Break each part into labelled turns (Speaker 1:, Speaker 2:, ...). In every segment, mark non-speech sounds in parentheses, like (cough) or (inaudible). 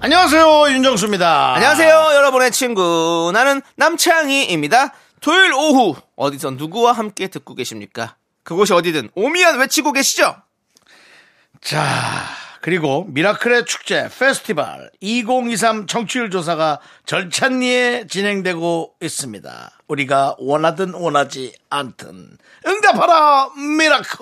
Speaker 1: 안녕하세요 윤정수입니다.
Speaker 2: 안녕하세요, 여러분의 친구. 나는 남창희입니다. 토요일 오후, 어디서 누구와 함께 듣고 계십니까? 그곳이 어디든 오미연 외치고 계시죠?
Speaker 1: 자 그리고 미라클의 축제 페스티벌 2023 청취율 조사가 절찬리에 진행되고 있습니다. 우리가 원하든 원하지 않든 응답하라 미라클.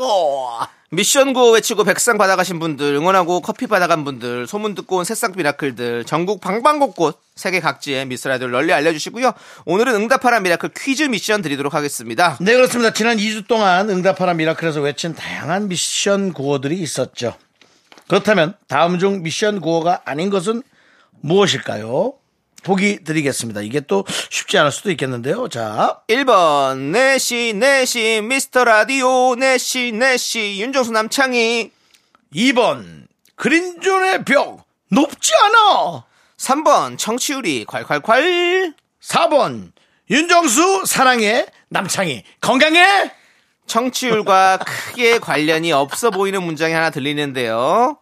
Speaker 2: 미션 구호 외치고 백상 받아가신 분들, 응원하고 커피 받아간 분들, 소문 듣고 온 새싹 미라클들, 전국 방방곡곡, 세계 각지의 미스라들 널리 알려주시고요. 오늘은 응답하라 미라클 퀴즈 미션 드리도록 하겠습니다.
Speaker 1: 네 그렇습니다. 지난 2주 동안 응답하라 미라클에서 외친 다양한 미션 구호들이 있었죠. 그렇다면 다음 중 미션 구호가 아닌 것은 무엇일까요? 보기 드리겠습니다. 이게 또 쉽지 않을 수도 있겠는데요. 자,
Speaker 2: 1번, 내시, 내시, 미스터 라디오, 내시, 내시, 윤정수 남창희.
Speaker 1: 2번 그린존의 벽 높지 않아
Speaker 2: 3번, 청취율이 콸콸콸.
Speaker 1: 4번 윤정수 사랑해 남창희 건강해
Speaker 2: 청취율과 크게 관련이 없어 보이는 문장이 하나 들리는데요.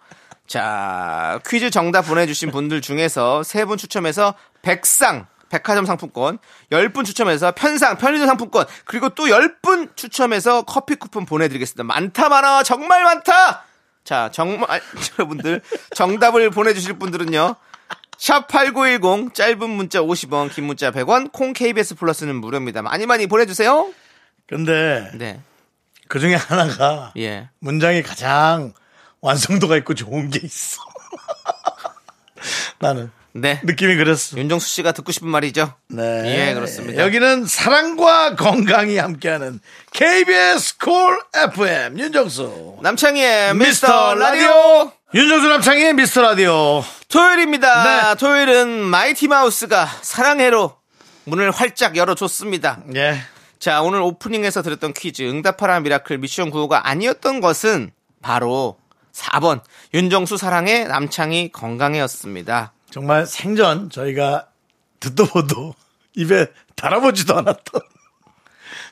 Speaker 2: 자, 퀴즈 정답 보내주신 분들 중에서 세 분 추첨해서 백상, 백화점 상품권, 열 분 추첨해서 편상, 편의점 상품권, 그리고 또 열 분 추첨해서 커피 쿠폰 보내드리겠습니다. 많다, 많아, 정말 많다! 자, 정말, (laughs) 여러분들, 정답을 보내주실 분들은요. 샵 8910, 짧은 문자 50원, 긴 문자 100원, 콩 KBS 플러스는 무료입니다. 많이 많이 보내주세요.
Speaker 1: 근데
Speaker 2: 네,
Speaker 1: 그 중에 하나가
Speaker 2: 예.
Speaker 1: 문장이 가장 완성도가 있고 좋은 게 있어 (laughs) 나는
Speaker 2: 네.
Speaker 1: 느낌이 그랬어 네.
Speaker 2: 윤정수 씨가 듣고 싶은 말이죠. 예, 그렇습니다.
Speaker 1: 여기는 사랑과 건강이 함께하는 KBS 콜 FM 윤정수
Speaker 2: 남창희의 뭐. 미스터 라디오
Speaker 1: 윤정수 남창희 미스터 라디오 네.
Speaker 2: 토요일입니다. 토요일은 마이티 마우스가 사랑해로 문을 활짝 열어줬습니다.
Speaker 1: 예
Speaker 2: 자, 오늘 오프닝에서 들었던 퀴즈 응답하라 미라클 미션 구호가 아니었던 것은 바로 4번 윤정수 사랑해 남창희 건강해였습니다.
Speaker 1: 정말 생전 저희가 듣도 보도 (laughs) 입에 달아보지도 않았던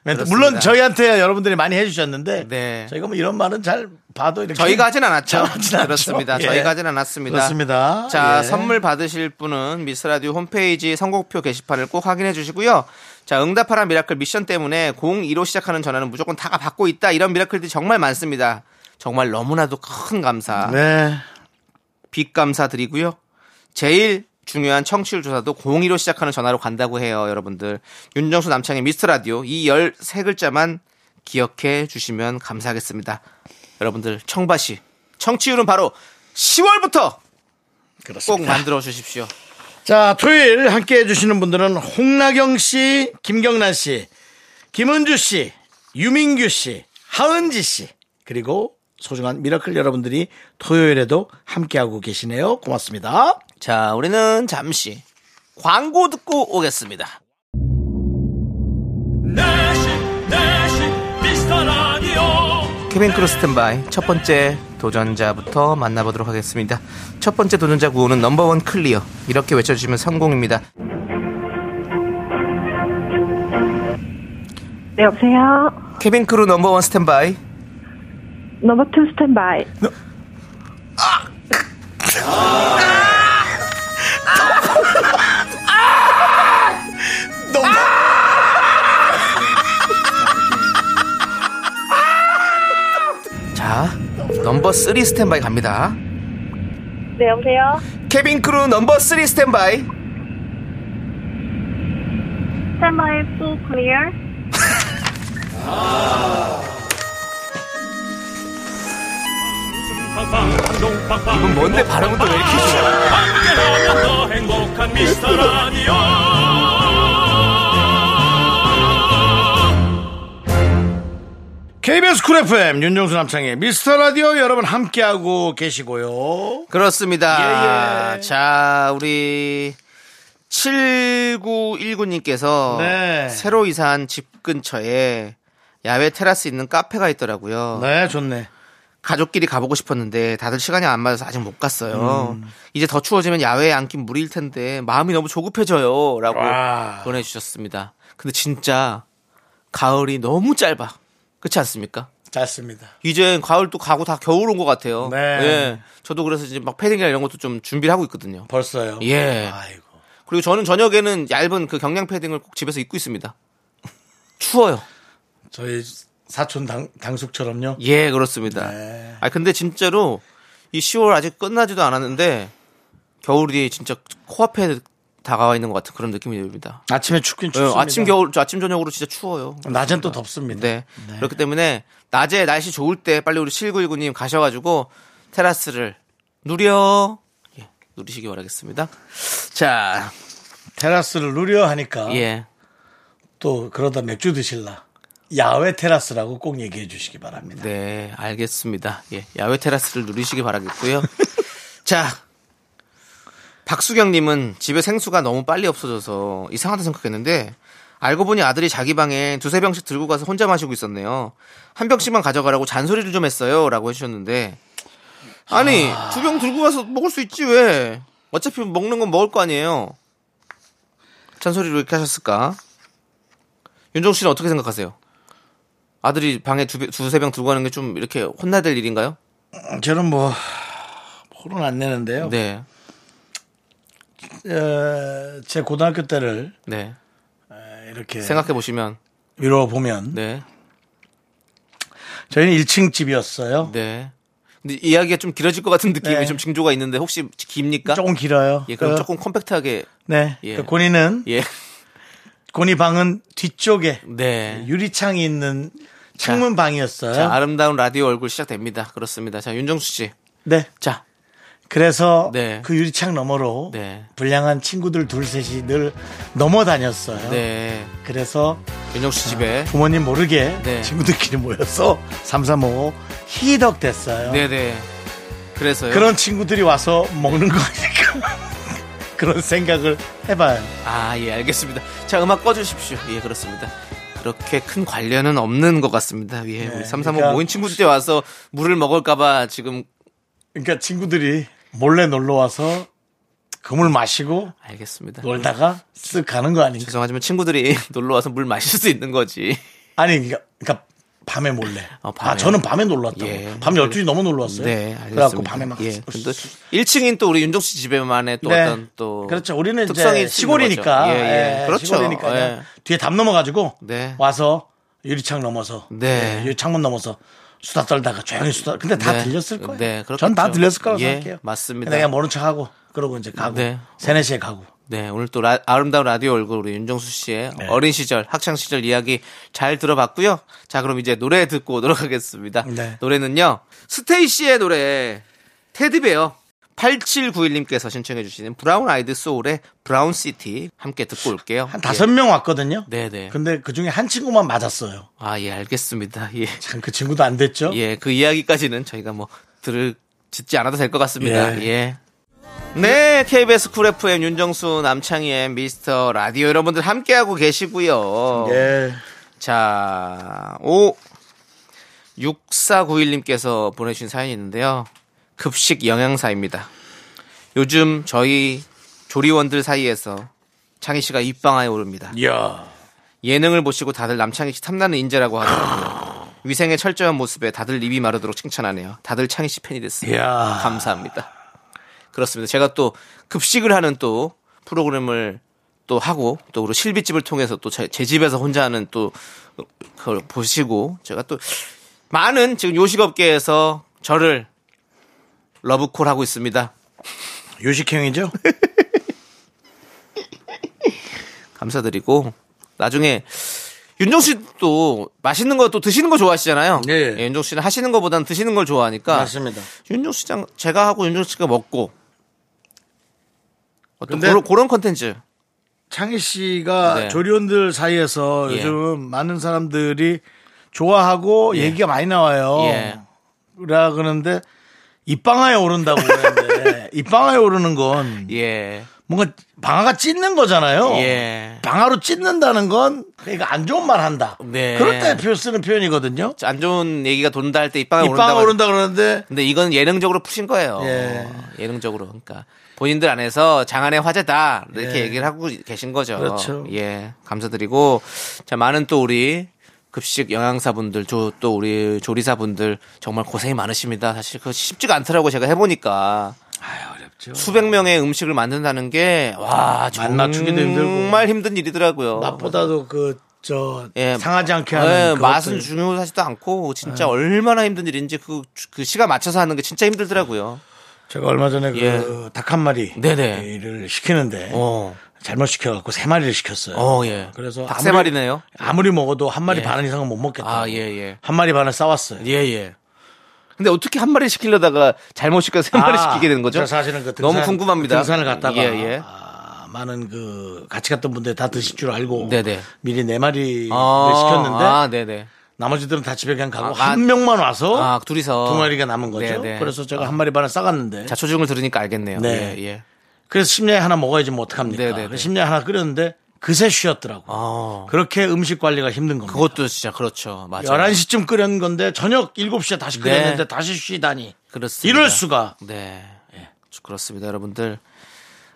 Speaker 1: 멘트.
Speaker 2: 그렇습니다.
Speaker 1: 물론 저희한테 여러분들이 많이 해주셨는데
Speaker 2: 네.
Speaker 1: 저희가 뭐 이런 말은 잘 봐도 이렇게
Speaker 2: 저희가 하진 (laughs) 않았죠.
Speaker 1: 잘하진 않죠.
Speaker 2: 그렇습니다.
Speaker 1: 예.
Speaker 2: 저희가 하진 않았습니다.
Speaker 1: 그렇습니다.
Speaker 2: 자,
Speaker 1: 예.
Speaker 2: 선물 받으실 분은 미스라디오 홈페이지 선곡표 게시판을 꼭 확인해 주시고요. 자, 응답하라 미라클 미션 때문에 02로 시작하는 전화는 무조건 다 받고 있다. 이런 미라클들이 정말 많습니다. 정말 너무나도 큰 감사.
Speaker 1: 네
Speaker 2: 빚 감사 드리고요. 제일 중요한 청취율 조사도 02로 시작하는 전화로 간다고 해요, 여러분들. 윤정수 남창의 미스터 라디오 이 13글자만 기억해 주시면 감사하겠습니다. 여러분들 청바시 청취율은 바로 10월부터 꼭
Speaker 1: 그렇습니다.
Speaker 2: 만들어 주십시오.
Speaker 1: 자 토요일 함께 해주시는 분들은 홍나경 씨, 김경란 씨, 김은주 씨, 유민규 씨, 하은지 씨 그리고 소중한 미라클 여러분들이 토요일에도 함께하고 계시네요. 고맙습니다.
Speaker 2: 자, 우리는 잠시 광고 듣고 오겠습니다.
Speaker 3: 내식 내식 미스터 라디오
Speaker 2: 케빈 크루 스탠바이 첫 번째 도전자부터 만나보도록 하겠습니다. 첫 번째 도전자 구호는 넘버원 클리어 이렇게 외쳐주시면 성공입니다.
Speaker 4: 네, 여보세요.
Speaker 2: 케빈 크루 넘버원 스탠바이
Speaker 4: 넘버 투 스탠바이.
Speaker 2: 자 넘버 쓰리 스탠바이 갑니다.
Speaker 4: 네, 여보세요.
Speaker 2: 케빈 크루 넘버 쓰리 스탠바이
Speaker 4: 스탠바이 풀 클리어.
Speaker 3: 빵빵 감동 빵빵
Speaker 2: 이분 뭔데 발음은 또 왜 이렇게 좋아?
Speaker 3: 함께하면 더 행복한 미스터 라디오
Speaker 1: KBS 쿨 FM 윤정수 남창의 미스터 라디오 여러분 함께하고 계시고요. 예,
Speaker 2: 그렇습니다. 자 우리 7919님께서
Speaker 1: 네.
Speaker 2: 새로 이사한 집 근처에 야외 테라스 있는 카페가 있더라고요.
Speaker 1: 네, 좋네.
Speaker 2: 가족끼리 가보고 싶었는데 다들 시간이 안 맞아서 아직 못 갔어요.
Speaker 1: 음.
Speaker 2: 이제 더 추워지면 야외에 앉긴 무리일 텐데 마음이 너무 조급해져요. 라고
Speaker 1: 아, 와.
Speaker 2: 보내주셨습니다. 근데 진짜 가을이 너무 짧아. 그렇지 않습니까?
Speaker 1: 짰습니다.
Speaker 2: 이제 가을 또 가고 다 겨울 온 것 같아요.
Speaker 1: 네.
Speaker 2: 예. 저도 그래서 이제 막 패딩이나 이런 것도 좀 준비를 하고 있거든요.
Speaker 1: 벌써요.
Speaker 2: 예.
Speaker 1: 아이고.
Speaker 2: 그리고 저는 저녁에는 얇은 그 경량 패딩을 꼭 집에서 입고 있습니다. (laughs) 추워요.
Speaker 1: 저희 사촌 당, 당숙처럼요.
Speaker 2: 예, 그렇습니다.
Speaker 1: 네.
Speaker 2: 아 근데 진짜로 이 10월 아직 끝나지도 않았는데 겨울이 진짜 코앞에 다가와 있는 것 같은 그런 느낌이 듭니다.
Speaker 1: 어, 아침에 춥긴
Speaker 2: 예,
Speaker 1: 춥습니다.
Speaker 2: 아침 겨울, 저 아침 저녁으로 진짜 추워요.
Speaker 1: 낮엔 또 덥습니다.
Speaker 2: 네. 그렇기 때문에 낮에 날씨 좋을 때 빨리 우리 7919님 가셔가지고 테라스를 누려 예, 누리시기 바라겠습니다. 자,
Speaker 1: 테라스를 누려 하니까
Speaker 2: 예.
Speaker 1: 또 그러다 맥주 드실라. 야외 테라스라고 꼭 얘기해 주시기 바랍니다.
Speaker 2: 네, 알겠습니다. 예, 야외 테라스를
Speaker 1: (laughs)
Speaker 2: 누리시기 바라겠고요. 자, 박수경님은 집에 생수가 너무 빨리 없어져서 이상하다 생각했는데 알고 보니 아들이 자기 방에 두세 병씩 들고 가서 혼자 마시고 있었네요. 한 병씩만 가져가라고 잔소리를 좀 했어요라고 해주셨는데 아니 두 병 들고 가서 먹을 수 있지 왜? 어차피 먹는 건 먹을 거 아니에요. 잔소리로 이렇게 하셨을까? 윤종 씨는 어떻게 생각하세요? 아들이 방에 두, 배- 두세 병 들고 가는 게 좀 이렇게 혼나야 될 일인가요?
Speaker 1: 저는 뭐 혼은 안 내는데요.
Speaker 2: 네.
Speaker 1: 어, 제 고등학교 때를
Speaker 2: 네.
Speaker 1: 이렇게
Speaker 2: 생각해 보시면
Speaker 1: 위로 보면
Speaker 2: 네.
Speaker 1: 저희는 1층 집이었어요.
Speaker 2: 네. 근데 이야기가 좀 길어질 것 같은 느낌이
Speaker 1: 네.
Speaker 2: 좀 징조가 있는데 혹시 깁니까?
Speaker 1: 조금 길어요.
Speaker 2: 예, 그럼
Speaker 1: 그,
Speaker 2: 조금 컴팩트하게
Speaker 1: 네.
Speaker 2: 예.
Speaker 1: 그 고니는
Speaker 2: 예.
Speaker 1: 고니 방은 뒤쪽에
Speaker 2: 네.
Speaker 1: 유리창이 있는 창문 방이었어요.
Speaker 2: 자, 아름다운 라디오 얼굴 시작됩니다. 그렇습니다. 자, 윤정수 씨.
Speaker 1: 네.
Speaker 2: 자.
Speaker 1: 그래서
Speaker 2: 네.
Speaker 1: 그 유리창 너머로
Speaker 2: 네.
Speaker 1: 불량한 친구들 둘 셋이 늘 넘어 다녔어요.
Speaker 2: 네.
Speaker 1: 그래서
Speaker 2: 윤정수 씨 집에
Speaker 1: 부모님 모르게
Speaker 2: 네.
Speaker 1: 친구들끼리 모여서 삼삼오오 희덕 됐어요.
Speaker 2: 네, 네. 그래서요.
Speaker 1: 그런 친구들이 와서 먹는 거니까 (laughs) 그런 생각을 해봐요.
Speaker 2: 아, 예, 알겠습니다. 자, 음악 꺼 주십시오. 예, 그렇습니다. 그렇게 큰 관련은 없는 것 같습니다. 예, 우리 삼삼오
Speaker 1: 그러니까-
Speaker 2: 모인 친구들 때 와서 물을 먹을까봐 지금
Speaker 1: 그러니까 친구들이 몰래 놀러 와서 금을 마시고
Speaker 2: 알겠습니다.
Speaker 1: 놀다가 쓱 가는 거 아닌가?
Speaker 2: 죄송하지만 친구들이 (laughs) 놀러 와서 물 마실 수 있는 거지.
Speaker 1: 아니 그러니까, 그러니까 밤에 몰래.
Speaker 2: 어, 밤에.
Speaker 1: 아 저는 밤에 놀러 왔다고.
Speaker 2: 예.
Speaker 1: 밤 12시 넘어 놀러 왔어요.
Speaker 2: 네,
Speaker 1: 그래갖고
Speaker 2: 알겠습니다.
Speaker 1: 밤에 막
Speaker 2: 예, 근데 1층인 또 우리 윤종 씨 집에만의 또
Speaker 1: 네.
Speaker 2: 어떤 또
Speaker 1: 그렇죠. 우리는
Speaker 2: 특성이
Speaker 1: 이제
Speaker 2: 있는
Speaker 1: 시골이니까.
Speaker 2: 거죠. 예, 예. 그렇죠.
Speaker 1: 시골이니까
Speaker 2: 예.
Speaker 1: 뒤에 담 넘어가지고
Speaker 2: 네.
Speaker 1: 와서 유리창 넘어서
Speaker 2: 네.
Speaker 1: 예, 유리창문 넘어서 수다 떨다가 조용히 수다. 근데 다
Speaker 2: 네.
Speaker 1: 들렸을 거예요.
Speaker 2: 네, 그렇겠죠.
Speaker 1: 전 다 들렸을 거라고
Speaker 2: 예,
Speaker 1: 생각해요.
Speaker 2: 맞습니다.
Speaker 1: 그냥 모른 척하고 그러고 이제 가고
Speaker 2: 네.
Speaker 1: 세네 시에 가고.
Speaker 2: 네, 오늘 또 라- 아름다운 라디오 얼굴 우리 윤정수 씨의
Speaker 1: 네.
Speaker 2: 어린 시절, 학창 시절 이야기 잘 들어봤고요. 자, 그럼 이제 노래 듣고 오도록 하겠습니다.
Speaker 1: 네.
Speaker 2: 노래는요. 스테이시의 노래 테드베어 8791님께서 신청해 주시는 브라운 아이드 소울의 브라운 시티 함께 듣고 올게요.
Speaker 1: 한 다섯 명 왔거든요.
Speaker 2: 예. 네, 네.
Speaker 1: 근데 그 중에 한 친구만 맞았어요.
Speaker 2: 아, 예, 알겠습니다. (laughs) 예.
Speaker 1: 참 그 친구도 안 됐죠.
Speaker 2: 예, 그 이야기까지는 저희가 뭐 들을 짓지 않아도 될 것 같습니다.
Speaker 1: 예.
Speaker 2: 예. 네, KBS 쿨 FM 윤정수 남창희의 미스터 라디오 여러분들 함께하고 계시고요.
Speaker 1: 예.
Speaker 2: 자, 오 6491님께서 보내주신 사연이 있는데요. 급식 영양사입니다. 요즘 저희 조리원들 사이에서 창희 씨가 입방아에 오릅니다.
Speaker 1: 이야.
Speaker 2: 예능을 보시고 다들 남창희 씨 탐나는 인재라고 하더라고요. 위생에 철저한 모습에 다들 입이 마르도록 칭찬하네요. 다들 창희 씨 팬이 됐습니다.
Speaker 1: 이야.
Speaker 2: 감사합니다. 그렇습니다. 제가 또 급식을 하는 또 프로그램을 또 하고 또 우리 실비집을 통해서 또 제 집에서 혼자 하는 또 그걸 보시고 제가 또 많은 지금 요식업계에서 저를 러브콜 하고 있습니다. (laughs)
Speaker 1: 요식형이죠?
Speaker 2: 감사드리고 나중에 윤정 씨도 맛있는 거 또 드시는 거 좋아하시잖아요.
Speaker 1: 예.
Speaker 2: 예, 윤정 씨는 하시는 거보다는 드시는 걸 좋아하니까
Speaker 1: 맞습니다.
Speaker 2: 윤정 씨장 제가 하고 윤정 씨가 먹고 어떤
Speaker 1: 근데-
Speaker 2: 그런 그런 컨텐츠.
Speaker 1: 창희 씨가
Speaker 2: 네.
Speaker 1: 조리원들 사이에서
Speaker 2: 예.
Speaker 1: 요즘 많은 사람들이 좋아하고 얘기가 많이 나와요.
Speaker 2: 예.
Speaker 1: 그라
Speaker 2: (laughs)
Speaker 1: 그러는데 입방아에 오른다고 그러는데 입방아에 오르는 건
Speaker 2: 예.
Speaker 1: 뭔가 방아가 찢는 거잖아요.
Speaker 2: 예.
Speaker 1: 방아로 찢는다는 건 그러니까 안 좋은 말 한다.
Speaker 2: 네.
Speaker 1: 그럴 때 표현 쓰는 표현이거든요.
Speaker 2: 안 좋은 얘기가 돈다 할 때 입방아
Speaker 1: 입방아
Speaker 2: 오른다.
Speaker 1: 오른다 그러는데
Speaker 2: 근데 이건 예능적으로 푸신 거예요.
Speaker 1: 예.
Speaker 2: 예. 능적으로 그러니까 본인들 안에서 장안의 화제다 이렇게
Speaker 1: 예.
Speaker 2: 얘기를 하고 계신 거죠.
Speaker 1: 그렇죠.
Speaker 2: 예, 감사드리고 자 많은 또 우리 급식 영양사분들 조- 또 우리 조리사분들 정말 고생이 많으십니다. 사실 그거 쉽지가 않더라고 제가 해보니까
Speaker 1: 어렵죠.
Speaker 2: 수백 명의 음식을 만든다는 게와
Speaker 1: 맛
Speaker 2: 음.
Speaker 1: 맞추기도 힘들고.
Speaker 2: 정말 힘든 일이더라고요.
Speaker 1: 맛보다도 그 저
Speaker 2: 어, 예.
Speaker 1: 상하지 않게
Speaker 2: 예,
Speaker 1: 하는 예. 그
Speaker 2: 맛은 중요하지도 않고 진짜 얼마나 힘든 일인지 그, 그 시간 맞춰서 하는 게 진짜 힘들더라고요.
Speaker 1: 제가 얼마 전에
Speaker 2: 예.
Speaker 1: 그 닭 한
Speaker 2: 네네.
Speaker 1: 마리를 시키는데
Speaker 2: 어.
Speaker 1: 잘못 시켜갖고 세 마리를 시켰어요.
Speaker 2: 어, 예.
Speaker 1: 그래서
Speaker 2: 닭세
Speaker 1: 아무리-
Speaker 2: 마리네요.
Speaker 1: 아무리 먹어도 한 마리
Speaker 2: 예.
Speaker 1: 반 이상은 못 먹겠다.
Speaker 2: 아, 예, 예.
Speaker 1: 한 마리 반을 싸왔어요.
Speaker 2: 예, 예. 근데 어떻게 한 마리 시키려다가 잘못 시켜서 한
Speaker 1: 아,
Speaker 2: 마리 시키게 된 거죠?
Speaker 1: 저 사실은 그
Speaker 2: 너무
Speaker 1: 등산-
Speaker 2: 궁금합니다.
Speaker 1: 등산을 갔다가
Speaker 2: 예, 예.
Speaker 1: 아, 많은 그 같이 갔던 분들 다 드실 줄 알고
Speaker 2: 네네.
Speaker 1: 미리 네 마리를
Speaker 2: 아,
Speaker 1: 시켰는데
Speaker 2: 아, 네네.
Speaker 1: 나머지들은 다 집에 그냥 가고
Speaker 2: 아,
Speaker 1: 한
Speaker 2: 아,
Speaker 1: 명만 와서
Speaker 2: 아, 둘이서.
Speaker 1: 어? 두 마리가 남은 거죠.
Speaker 2: 네네. 아.
Speaker 1: 그래서 제가 한 마리 반을 싸갔는데
Speaker 2: 자초증을 들으니까 알겠네요.
Speaker 1: 네.
Speaker 2: 예, 예.
Speaker 1: 그래서 심야에 하나 먹어야지 뭐 어떡합니까?
Speaker 2: 네네네.
Speaker 1: 그래서 심야에 하나 끓였는데 그새 쉬었더라고. 요
Speaker 2: 아,
Speaker 1: 그렇게 음식 관리가 힘든 겁니다.
Speaker 2: 그것도 진짜 그렇죠. 맞아요.
Speaker 1: 11시쯤 끓였는 건데 저녁 7시에 다시
Speaker 2: 네.
Speaker 1: 끓였는데 다시 쉬다니.
Speaker 2: 그렇습니다.
Speaker 1: 이럴 수가.
Speaker 2: 네. 그렇습니다, 여러분들.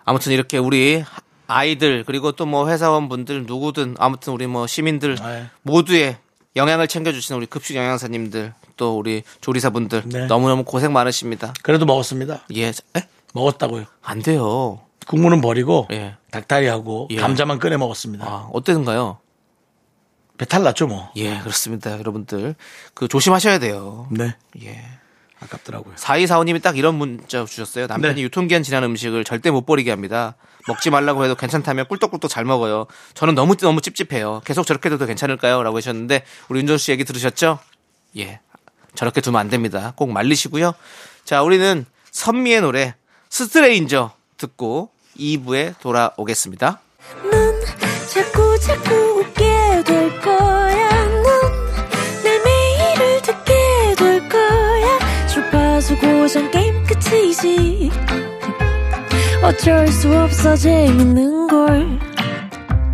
Speaker 2: 아무튼 이렇게 우리 하- 아이들 그리고 또 뭐 회사원분들 누구든 아무튼 우리 뭐 시민들
Speaker 1: 네.
Speaker 2: 모두의 영양을 챙겨주시는 우리 급식 영양사님들 또 우리 조리사분들
Speaker 1: 네.
Speaker 2: 너무너무 고생 많으십니다.
Speaker 1: 그래도 먹었습니다.
Speaker 2: 예, 자- 에?
Speaker 1: 먹었다고요.
Speaker 2: 안 돼요.
Speaker 1: 국물은 버리고
Speaker 2: 예.
Speaker 1: 닭다리하고
Speaker 2: 예.
Speaker 1: 감자만 꺼내 먹었습니다.
Speaker 2: 아, 어땠는가요?
Speaker 1: 배탈 났죠 뭐.
Speaker 2: 예, 그렇습니다, 여러분들. 그 조심하셔야 돼요.
Speaker 1: 네.
Speaker 2: 예.
Speaker 1: 아깝더라고요.
Speaker 2: 4245님이 딱 이런 문자 주셨어요. 남편이
Speaker 1: 네.
Speaker 2: 유통기한 지난 음식을 절대 못 버리게 합니다. 먹지 말라고 해도 괜찮다면 꿀떡꿀떡 잘 먹어요. 저는 너무 너무 찝찝해요. 계속 저렇게 해도 괜찮을까요? 라고 하셨는데 우리 윤정 씨 얘기 들으셨죠? 예. 저렇게 두면 안 됩니다. 꼭 말리시고요. 자, 우리는 선미의 노래 스트레인저 듣고 2부에 돌아오겠습니다.
Speaker 5: 넌 자꾸 자꾸 웃게 될 거야. 넌내 매일을 듣게 될 거야. 주파수 고정 게임 끝이지. 어쩔 수 없어 재밌는 걸.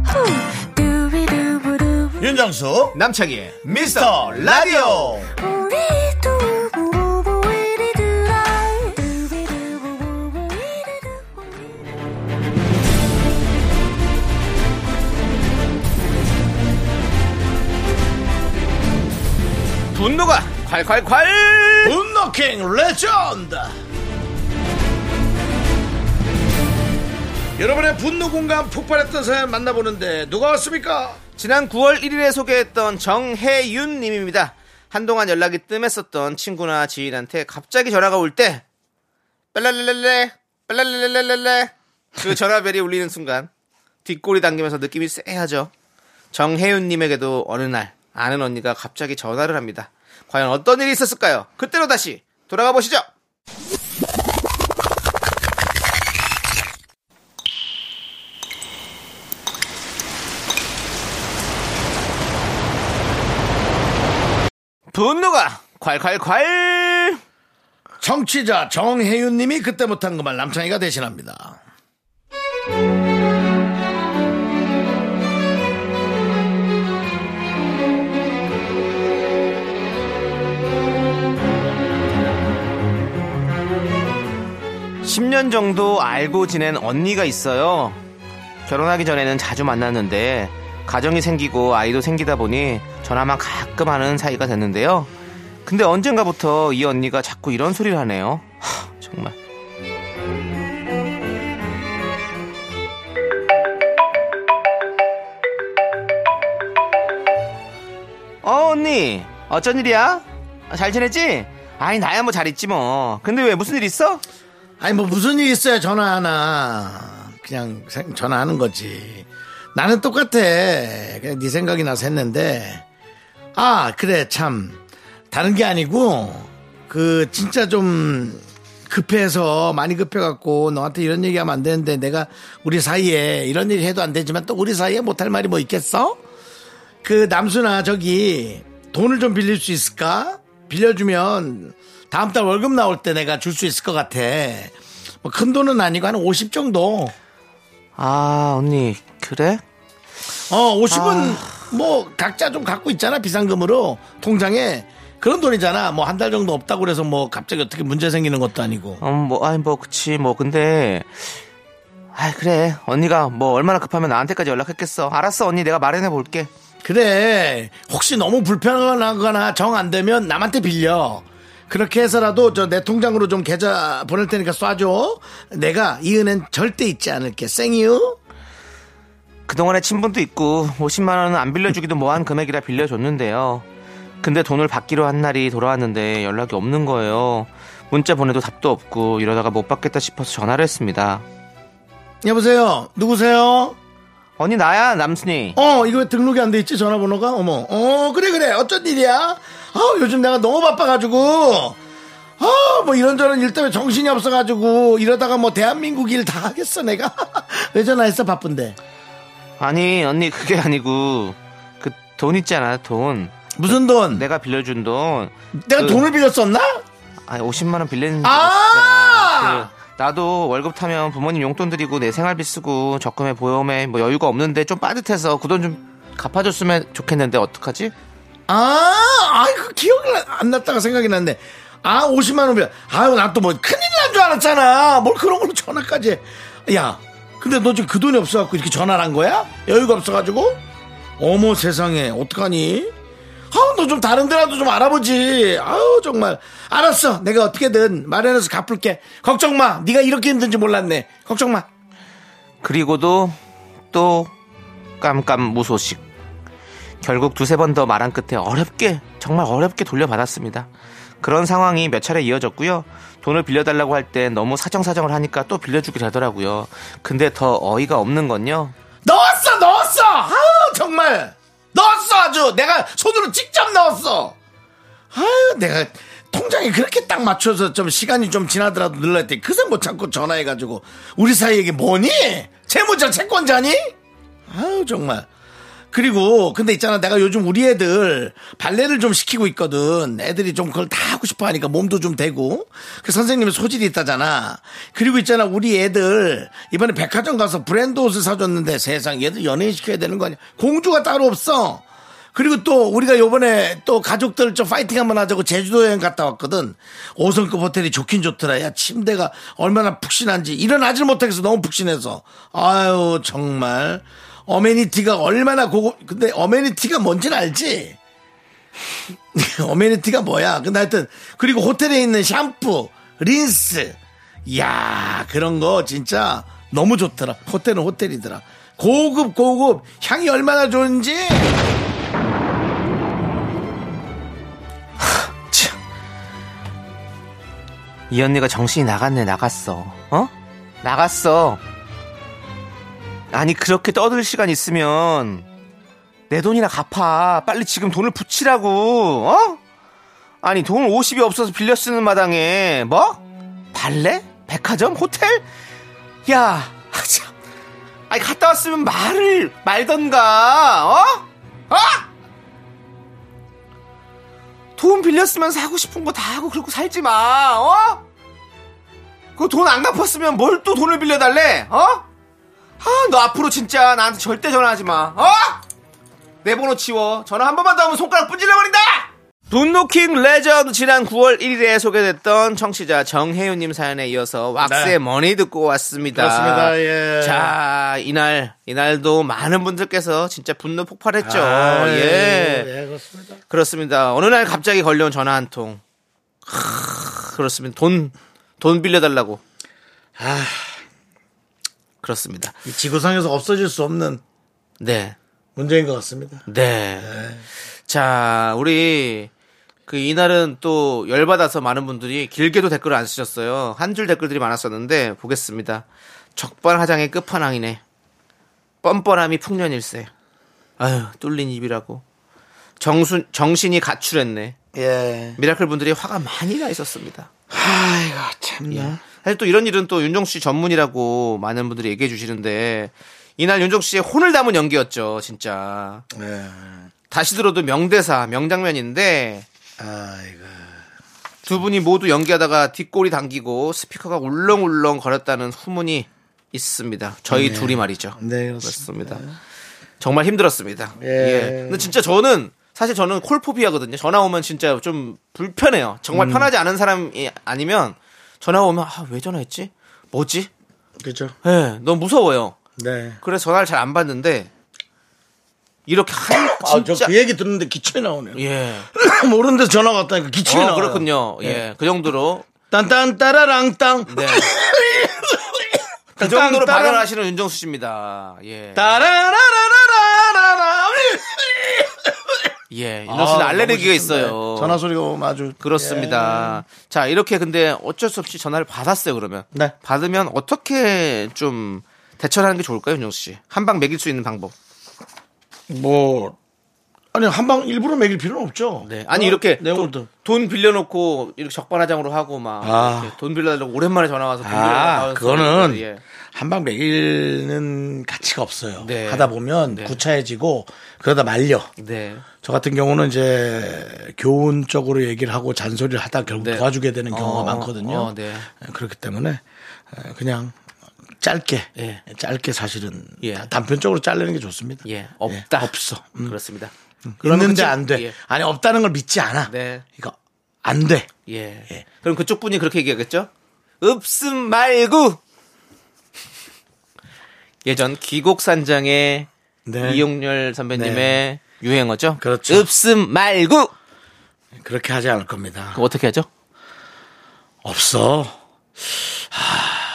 Speaker 5: 후. 두비두부두.
Speaker 1: 윤정수
Speaker 2: 남창희의 미스터 라디오
Speaker 5: 우리 두부부부 우리 두라. 두비두부부부 우리 두부부.
Speaker 2: 분노가 콸콸콸
Speaker 1: 분노킹 레전드. 여러분의 분노 공감 폭발했던 사연 만나보는데 누가 왔습니까?
Speaker 2: 지난 9월 1일에 소개했던 정혜윤 님입니다. 한동안 연락이 뜸했었던 친구나 지인한테 갑자기 전화가 올 때 빨랄랄랄레 빨랄랄랄레 그 전화벨이 울리는 순간 뒷골이 당기면서 느낌이 쎄하죠. 정혜윤 님에게도 어느 날 아는 언니가 갑자기 전화를 합니다. 과연 어떤 일이 있었을까요? 그때로 다시 돌아가 보시죠. 분노가 콸콸콸
Speaker 1: 정취자 정혜윤 님이 그때 못한 그 말 남창희가 대신합니다.
Speaker 2: 십 년 정도 알고 지낸 언니가 있어요. 결혼하기 전에는 자주 만났는데 가정이 생기고 아이도 생기다 보니 전화만 가끔 하는 사이가 됐는데요. 근데 언젠가부터 이 언니가 자꾸 이런 소리를 하네요. 하, 정말. 어 언니 어쩐 일이야? 잘 지냈지? 아니 나야 뭐 잘 있지 뭐. 근데 왜 무슨 일 있어?
Speaker 1: 아니 뭐 무슨 일 있어야 전화하나 그냥 생- 전화하는 거지 나는 똑같아 그냥 네 생각이 나서 했는데 아 그래 참 다른 게 아니고 그 진짜 좀 급해서 많이 급해갖고 너한테 이런 얘기하면 안 되는데 내가 우리 사이에 이런 얘기 해도 안 되지만 또 우리 사이에 못할 말이 뭐 있겠어? 그 남순아 저기 돈을 좀 빌릴 수 있을까? 빌려주면 다음 달 월급 나올 때 내가 줄 수 있을 것 같아. 뭐 큰 돈은 아니고 한 50 정도.
Speaker 2: 아, 언니, 그래?
Speaker 1: 어, 50은 뭐 각자 좀 갖고 있잖아 비상금으로 통장에 그런 돈이잖아. 뭐 한 달 정도 없다고 그래서 뭐 갑자기 어떻게 문제 생기는 것도 아니고.
Speaker 2: 음, 뭐, 아니, 뭐, 그치, 뭐, 근데. 아, 그래. 언니가 뭐, 얼마나 급하면 나한테까지 연락했겠어. 알았어, 언니, 내가 마련해 볼게.
Speaker 1: 그래. 혹시 너무 불편하거나 정 안 되면 남한테 빌려. 그렇게 해서라도 저 내 통장으로 좀 계좌 보낼 테니까 쏴줘. 내가 이 은행 절대 잊지 않을게. 생이유.
Speaker 2: 그동안에 친분도 있고 50만 원은 안 빌려주기도 뭐한 금액이라 빌려줬는데요. 근데 돈을 받기로 한 날이 돌아왔는데 연락이 없는 거예요. 문자 보내도 답도 없고 이러다가 못 받겠다 싶어서 전화를 했습니다.
Speaker 1: 여보세요. 누구세요?
Speaker 2: 언니 나야 남순이.
Speaker 1: 어, 이거 왜 등록이 안 돼 있지? 전화번호가? 어머. 어, 그래, 그래. 어쩐 일이야? 아 요즘 내가 너무 바빠가지고. 아, 뭐 이런저런 일 때문에 정신이 없어가지고. 이러다가 뭐 대한민국 일 다 하겠어, 내가. (laughs) 왜 전화했어, 바쁜데.
Speaker 2: 아니 언니 그게 아니고 그 돈 있잖아 돈.
Speaker 1: 무슨 돈?
Speaker 2: 내가 빌려준 돈.
Speaker 1: 내가
Speaker 2: 네, 그-
Speaker 1: 돈을 빌렸었나?
Speaker 2: 아니 50만 원 빌린 적
Speaker 1: 아!
Speaker 2: 있어. 그 나도 월급 타면 부모님 용돈 드리고 내 생활비 쓰고 적금에 보험에 뭐 여유가 없는데 좀 빠듯해서 그 돈 좀 갚아줬으면 좋겠는데 어떡하지?
Speaker 1: 아, 아이, 그 기억이 나- 안 났다가 생각이 났네. 아, 50만원 빌려. 아유, 나 또 뭐 큰일 난 줄 알았잖아. 뭘 그런 걸로 전화까지 해. 야, 근데 너 지금 그 돈이 없어갖고 이렇게 전화를 한 거야? 여유가 없어가지고? 어머 세상에, 어떡하니? 아우, 너 좀 다른 데라도 좀 알아보지. 아우, 정말. 알았어. 내가 어떻게든 마련해서 갚을게. 걱정 마. 네가 이렇게 힘든지 몰랐네. 걱정 마.
Speaker 2: 그리고도 또 깜깜 무소식. 결국 두세 번 더 말한 끝에 어렵게 정말 어렵게 돌려받았습니다. 그런 상황이 몇 차례 이어졌고요. 돈을 빌려달라고 할 때 너무 사정사정을 하니까 또 빌려주게 되더라고요. 근데 더 어이가 없는 건요.
Speaker 1: 넣었어 넣었어 아우 정말 넣었어 아주 내가 손으로 직접 넣었어 아유 내가 통장에 그렇게 딱 맞춰서 좀 시간이 좀 지나더라도 늘릴 때 그새 못 참고 전화해가지고 우리 사이 얘기 뭐니 채무자 채권자니 아유 정말 그리고 근데 있잖아 내가 요즘 우리 애들 발레를 좀 시키고 있거든 애들이 좀 그걸 다 하고 싶어 하니까 몸도 좀 되고 그 선생님이 소질이 있다잖아 그리고 있잖아 우리 애들 이번에 백화점 가서 브랜드 옷을 사줬는데 세상 얘들 연예인 시켜야 되는 거 아니야 공주가 따로 없어 그리고 또 우리가 요번에 또 가족들 좀 파이팅 한번 하자고 제주도 여행 갔다 왔거든. 5성급 호텔이 좋긴 좋더라. 야, 침대가 얼마나 푹신한지. 일어나질 못하겠어. 너무 푹신해서. 아유, 정말. 어메니티가 얼마나 고급, 근데 어메니티가 뭔진 알지? (laughs) 어메니티가 뭐야? 근데 하여튼 그리고 호텔에 있는 샴푸, 린스, 야 그런 거 진짜 너무 좋더라. 호텔은 호텔이더라. 고급 고급 향이 얼마나 좋은지.
Speaker 2: 하, 참. 이 언니가 정신이 나갔네 나갔어 어 나갔어 아니 그렇게 떠들 시간 있으면 내 돈이나 갚아 빨리 지금 돈을 붙이라고 어 아니 돈 50이 없어서 빌려 쓰는 마당에 뭐 발레 백화점 호텔 야 아, 참. 아니 갔다 왔으면 말을 말던가 어 어? 돈 빌렸으면 사고 싶은 거 다 하고 그러고 살지 마, 어? 그 돈 안 갚았으면 뭘 또 돈을 빌려달래, 어? 아, 너 앞으로 진짜 나한테 절대 전화하지 마, 어? 내 번호 치워. 전화 한 번만 더 하면 손가락 뿌질러버린다! 분노킹 레전드 지난 9월 1일에 소개됐던 청취자 정혜윤님 사연에 이어서 왁스의
Speaker 1: 네.
Speaker 2: 머니 듣고 왔습니다.
Speaker 1: 그렇습니다, 예.
Speaker 2: 자, 아, 이날, 이날도 많은 분들께서 진짜 분노 폭발했죠.
Speaker 1: 아유,
Speaker 2: 예.
Speaker 1: 네, 그렇습니다.
Speaker 2: 그렇습니다. 어느 날 갑자기 걸려온 전화 한 통. 크, 그렇습니다. 돈, 돈 빌려달라고. 그렇습니다.
Speaker 1: 이 지구상에서 없어질 수 없는
Speaker 2: 네.
Speaker 1: 문제인 것 같습니다.
Speaker 2: 네. 자, 우리, 그, 이날은 또 열받아서 많은 분들이 길게도 댓글을 안 쓰셨어요. 한 줄 댓글들이 많았었는데, 보겠습니다. 적반하장의 끝판왕이네. 뻔뻔함이 풍년일세. 아유, 뚫린 입이라고. 정순, 정신이 가출했네.
Speaker 1: 예.
Speaker 2: 미라클 분들이 화가 많이 나 있었습니다. 예.
Speaker 1: 아이고 참나.
Speaker 2: 사실 또 이런 일은 또 윤종 씨 전문이라고 많은 분들이 얘기해 주시는데 이날 윤종 씨의 혼을 담은 연기였죠, 진짜.
Speaker 1: 네.
Speaker 2: 다시 들어도 명대사, 명장면인데
Speaker 1: 아이고.
Speaker 2: 두 분이 모두 연기하다가 뒷골이 당기고 스피커가 울렁울렁 거렸다는 후문이 있습니다. 저희 둘이 말이죠.
Speaker 1: 네,
Speaker 2: 그렇습니다. 정말 힘들었습니다.
Speaker 1: 예.
Speaker 2: 예. 근데 진짜 저는 사실 저는 콜포비아거든요. 전화 오면 진짜 좀 불편해요.
Speaker 1: 음.
Speaker 2: 정말 편하지 않은 사람이 아니면 전화 오면 아, 왜 전화했지? 뭐지?
Speaker 1: 그렇죠.
Speaker 2: 예, 너무 무서워요.
Speaker 1: 네.
Speaker 2: 그래서 전화를 잘 안 받는데 이렇게 한
Speaker 1: 아, 저 어,
Speaker 2: 진짜
Speaker 1: 그 얘기 듣는데 기침이 나오네요.
Speaker 2: 예.
Speaker 1: (laughs) 모르는데 전화 가 왔다니까 기침이
Speaker 2: 어,
Speaker 1: 나와요.
Speaker 2: 그렇군요. 예. 그 정도로
Speaker 1: 딴딴 따라랑 땅.
Speaker 2: 네. 그 정도로
Speaker 1: 따랑.
Speaker 2: 발언하시는 윤정수 씨입니다. 예.
Speaker 1: 따라라라라라라라.
Speaker 2: 예. 윤정수 씨는
Speaker 1: 아,
Speaker 2: 알레르기가
Speaker 1: 너무
Speaker 2: 있어요.
Speaker 1: 전화 소리가 오면 아주
Speaker 2: 그렇습니다. 자, 이렇게 근데 어쩔 수 없이 전화를 받았어요, 그러면.
Speaker 1: 예. 네.
Speaker 2: 받으면 어떻게 좀 대처를 하는 게 좋을까요, 윤정수 씨? 한 방 매길 수 있는 방법.
Speaker 1: 예. 뭐 아니 한 방 일부러 매길 필요는 없죠.
Speaker 2: 네. 아니, 이렇게
Speaker 1: 어, 내용을
Speaker 2: 돈,
Speaker 1: 또.
Speaker 2: 돈 빌려놓고 이렇게 적반하장으로 하고 막.
Speaker 1: 아.
Speaker 2: 이렇게 돈 빌려달라고 오랜만에 전화와서
Speaker 1: 아,
Speaker 2: 돈 빌려달라고
Speaker 1: 그거는
Speaker 2: 하는 사람들, 예.
Speaker 1: 한 방 매기는 가치가 없어요.
Speaker 2: 네.
Speaker 1: 하다 보면
Speaker 2: 네.
Speaker 1: 구차해지고 그러다 말려.
Speaker 2: 네.
Speaker 1: 저 같은 경우는 이제 교훈 쪽으로 얘기를 하고 잔소리를 하다 결국
Speaker 2: 네.
Speaker 1: 도와주게 되는 경우가
Speaker 2: 어,
Speaker 1: 많거든요. 예,
Speaker 2: 어, 네.
Speaker 1: 그렇기 때문에 예, 그냥 짧게
Speaker 2: 예.
Speaker 1: 짧게 사실은
Speaker 2: 예.
Speaker 1: 다- 단편적으로 자르는 게 좋습니다.
Speaker 2: 예. 없다.
Speaker 1: 없어. 음.
Speaker 2: 그렇습니다. 그러면
Speaker 1: 있는데
Speaker 2: 그치?
Speaker 1: 안 돼.
Speaker 2: 예.
Speaker 1: 아니 없다는 걸 믿지 않아.
Speaker 2: 네.
Speaker 1: 이거 안 돼.
Speaker 2: 예.
Speaker 1: 예.
Speaker 2: 그럼 그쪽 분이 그렇게 얘기하겠죠? 없음 말고! 예전 귀곡산장의
Speaker 1: 네.
Speaker 2: 이용렬 선배님의 유행어죠?
Speaker 1: 그렇죠.
Speaker 2: 없음 말고!
Speaker 1: 네. 그렇게 하지 않을 겁니다.
Speaker 2: 그거 어떻게 하죠?
Speaker 1: 없어. 하...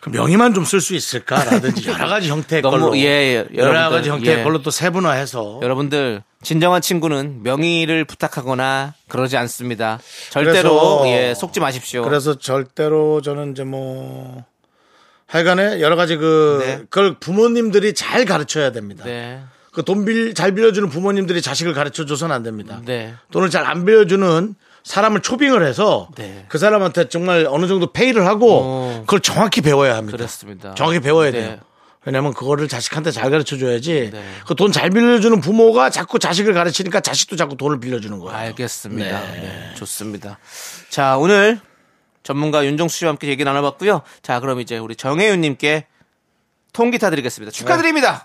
Speaker 1: 그럼 명의만 좀 쓸 수 있을까라든지 여러 가지 형태의
Speaker 2: 너무-
Speaker 1: 걸로
Speaker 2: 예, 예.
Speaker 1: 여러
Speaker 2: 여러분들,
Speaker 1: 가지 형태의
Speaker 2: 예.
Speaker 1: 걸로 또 세분화해서
Speaker 2: 여러분들, 진정한 친구는 명의를 부탁하거나 그러지 않습니다. 절대로,
Speaker 1: 그래서-
Speaker 2: 예, 속지 마십시오.
Speaker 1: 그래서 절대로 저는 이제 뭐 하여간에 여러 가지 그
Speaker 2: 네.
Speaker 1: 그걸 부모님들이 잘 가르쳐야 됩니다.
Speaker 2: 네.
Speaker 1: 그 돈 빌 잘 빌려주는 부모님들이 자식을 가르쳐 줘서는 안 됩니다.
Speaker 2: 네.
Speaker 1: 돈을 잘 안 빌려주는 사람을 초빙을 해서
Speaker 2: 네.
Speaker 1: 그 사람한테 정말 어느 정도 페이를 하고
Speaker 2: 어.
Speaker 1: 그걸 정확히 배워야 합니다.
Speaker 2: 그렇습니다.
Speaker 1: 정확히 배워야
Speaker 2: 네.
Speaker 1: 돼요. 왜냐면 그거를 자식한테 잘 가르쳐 줘야지
Speaker 2: 네.
Speaker 1: 그 돈 잘 빌려주는 부모가 자꾸 자식을 가르치니까 자식도 자꾸 돈을 빌려주는 거예요.
Speaker 2: 알겠습니다. 네, 좋습니다. 자, 오늘 전문가 윤종수 씨와 함께 얘기 나눠봤고요. 자, 그럼 이제 우리 정혜윤님께 통기타 드리겠습니다. 네. 축하드립니다.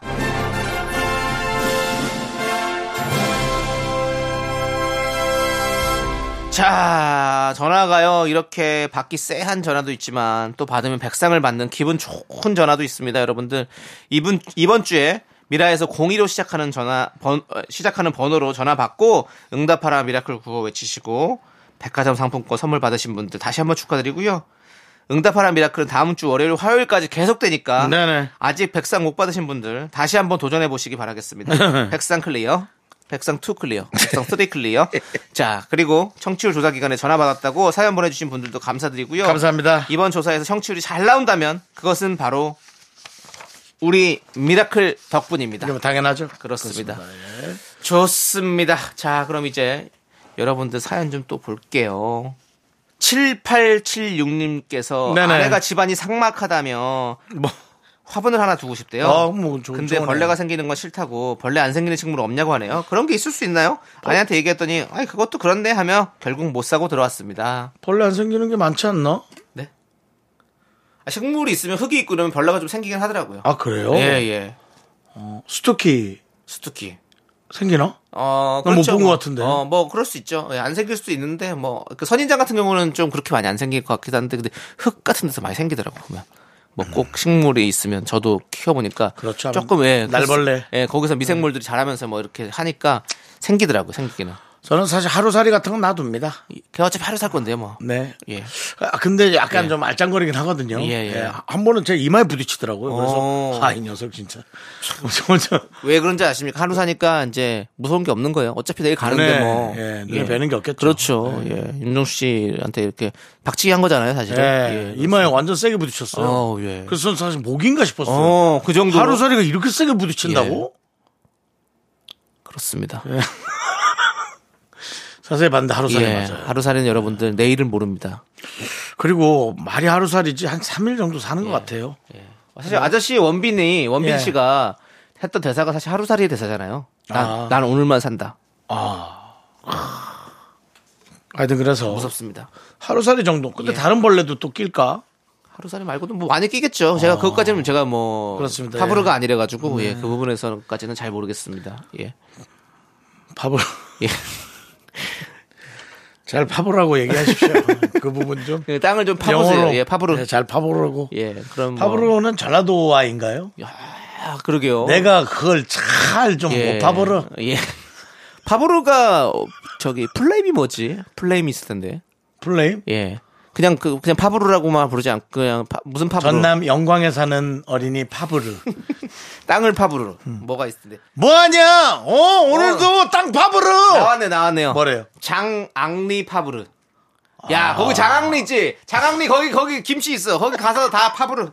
Speaker 2: 자, 전화가요. 이렇게 받기 쎄한 전화도 있지만 또 받으면 백상을 받는 기분 좋은 전화도 있습니다, 여러분들. 이분 이번 주에 미라에서 02로 시작하는 전화 번 어, 시작하는 번호로 전화 받고 응답하라 미라클 구호 외치시고 백화점 상품권 선물 받으신 분들 다시 한번 축하드리고요. 응답하라 미라클은 다음 주 월요일 화요일까지 계속되니까
Speaker 1: 네네.
Speaker 2: 아직 백상 못 받으신 분들 다시 한번 도전해 보시기 (laughs) 바라겠습니다. 백상 클리어. 백상 2 클리어, 백상 3 (laughs) 클리어. 자, 그리고 청취율 조사 기간에 전화 받았다고 사연 보내주신 분들도 감사드리고요.
Speaker 1: 감사합니다.
Speaker 2: 이번 조사에서 청취율이 잘 나온다면 그것은 바로 우리 미라클 덕분입니다.
Speaker 1: 이러면 당연하죠.
Speaker 2: 그렇습니다. 예. 좋습니다. 자, 그럼 이제 여러분들 사연 좀 또 볼게요. 7876님께서
Speaker 1: 네네.
Speaker 2: 아내가 집안이 삭막하다며
Speaker 1: 뭐
Speaker 2: 화분을 하나 두고 싶대요.
Speaker 1: 아, 뭐 좋-
Speaker 2: 근데
Speaker 1: 좋으네.
Speaker 2: 벌레가 생기는 건 싫다고 벌레 안 생기는 식물은 없냐고 하네요. 그런 게 있을 수 있나요? 아내한테 얘기했더니 아니 그것도 그런데 하며 결국 못 사고 들어왔습니다.
Speaker 1: 벌레 안 생기는 게 많지 않나?
Speaker 2: 네. 아, 식물이 있으면 흙이 있고 이러면 벌레가 좀 생기긴 하더라고요.
Speaker 1: 아 그래요?
Speaker 2: 예, 예.
Speaker 1: 스토키
Speaker 2: 스투키.
Speaker 1: 생기나?
Speaker 2: 어,
Speaker 1: 난못 본것 같은데.
Speaker 2: 어, 뭐 그럴 수 있죠. 예, 안 생길 수도 있는데 뭐 그 선인장 같은 경우는 좀 그렇게 많이 안 생길 것 같기도 한데 근데 흙 같은 데서 많이 생기더라고 보면. 뭐 꼭 식물이 있으면 저도 키워보니까
Speaker 1: 음. 그렇죠.
Speaker 2: 조금 예
Speaker 1: 날벌레. 네.
Speaker 2: 예 거기서 미생물들이 자라면서 뭐 이렇게 하니까 생기더라고 생기기는
Speaker 1: 저는 사실 하루살이 같은 건 놔둡니다.
Speaker 2: 걔 어차피 하루 살 건데 뭐
Speaker 1: 네.
Speaker 2: 예.
Speaker 1: 아, 근데 약간
Speaker 2: 예.
Speaker 1: 좀 알짱거리긴 하거든요.
Speaker 2: 예, 어. 예.
Speaker 1: 한 번은 제 이마에 부딪히더라고요.
Speaker 2: 오.
Speaker 1: 그래서 아, 이 녀석 진짜. 먼저
Speaker 2: 왜 그런지 아십니까 하루 사니까 이제 무서운 게 없는 거예요 어차피 내일
Speaker 1: 눈에,
Speaker 2: 가는데 뭐
Speaker 1: 예, 눈에 뵈는 게 없겠죠. 네.
Speaker 2: 그렇죠 예 윤정수 씨한테 이렇게 박치기 한 거잖아요 사실은
Speaker 1: 예, 이마에 완전 세게 부딪혔어요.
Speaker 2: 어, 예.
Speaker 1: 그래서 저는 사실 목인가 싶었어요.
Speaker 2: 어, 그 정도. 로 예.
Speaker 1: 하루살이가 이렇게 세게 부딪힌다고? 예.
Speaker 2: 그렇습니다.
Speaker 1: 자세히 봤는데 하루살이
Speaker 2: 예.
Speaker 1: 맞아요.
Speaker 2: 하루살이는 여러분들 내일은 모릅니다.
Speaker 1: 그리고 말이 하루살이지 한 3일 정도 사는
Speaker 2: 예.
Speaker 1: 것 같아요.
Speaker 2: 사실 아저씨 원빈이 원빈
Speaker 1: 예.
Speaker 2: 씨가 했던 대사가 사실 하루살이의 대사잖아요. 난,
Speaker 1: 아.
Speaker 2: 난 오늘만 산다.
Speaker 1: 하여튼 그래서
Speaker 2: 무섭습니다. 어. 예.
Speaker 1: 하루살이 정도. 근데 다른 벌레도 또 낄까?
Speaker 2: 하루살이 말고도 뭐 많이 끼겠죠. 제가 그것까지는 제가 뭐
Speaker 1: 그렇습니다.
Speaker 2: 파브르가 아니래 가지고 예. 그 부분에서까지는 잘 모르겠습니다. 예.
Speaker 1: 밥을
Speaker 2: 예.
Speaker 1: (laughs) 잘 파보라고
Speaker 2: (laughs)
Speaker 1: 얘기하십시오. 그 부분 좀
Speaker 2: 그 땅을 좀 파보세요.
Speaker 1: 영어로.
Speaker 2: 예, 파브르.
Speaker 1: 네, 잘 파보라고.
Speaker 2: 예. 그럼 뭐-
Speaker 1: 파브르는 전라도와인가요?
Speaker 2: 아, 그러게요.
Speaker 1: 내가 그걸 잘 좀못
Speaker 2: 예.
Speaker 1: 파보러.
Speaker 2: 예. 파브르가 어, 저기 플레임이 뭐지? 플레임이 있을 텐데.
Speaker 1: 플레임?
Speaker 2: 예. 그냥 그 그냥 파브르라고만 부르지 않고 그냥 파- 무슨 파브르?
Speaker 1: 전남 영광에 사는 어린이 파브르.
Speaker 2: 땅을 파브르. 뭐가 있을 텐데.
Speaker 1: 뭐하냐? 어 오늘도 땅 파브르.
Speaker 2: 나왔네 나왔네요.
Speaker 1: 뭐래요?
Speaker 2: 장앙리 파브르. 야 거기 장앙리 있지? 장앙리 거기 거기 김치 있어. 거기 가서 다 파브르.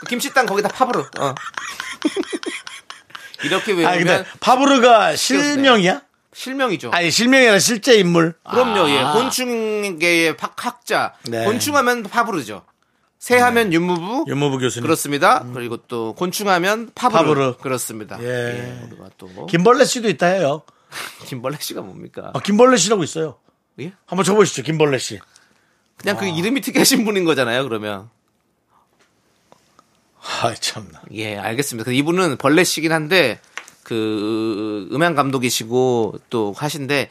Speaker 2: 그 김치 땅 거기 다 파브르. 어. (laughs) 이렇게
Speaker 1: 아
Speaker 2: 외우면
Speaker 1: 근데 파브르가
Speaker 2: 그
Speaker 1: 실명이야?
Speaker 2: 어. 실명이죠.
Speaker 1: 아니 실명이 아니라 실제 인물.
Speaker 2: 그럼요. 예. 곤충계의 학- 학자.
Speaker 1: 네.
Speaker 2: 곤충하면 파브르죠. 새하면 네. 윤무부.
Speaker 1: 윤무부 교수님.
Speaker 2: 그렇습니다. 그리고 또 곤충하면 파브르.
Speaker 1: 파브르.
Speaker 2: 그렇습니다.
Speaker 1: 예.
Speaker 2: 우리가 또 뭐-
Speaker 1: 김벌레 씨도 있다 해요.
Speaker 2: 김벌레 씨가 뭡니까?
Speaker 1: 아, 김벌레 씨라고 있어요.
Speaker 2: 예?
Speaker 1: 한번 쳐보시죠, 김벌레 씨.
Speaker 2: 그냥 그 이름이 특이하신 분인 거잖아요. 그러면
Speaker 1: 아 참나.
Speaker 2: 예, 알겠습니다. 근데 이분은 벌레시긴 한데 그 음향 감독이시고 또 하신데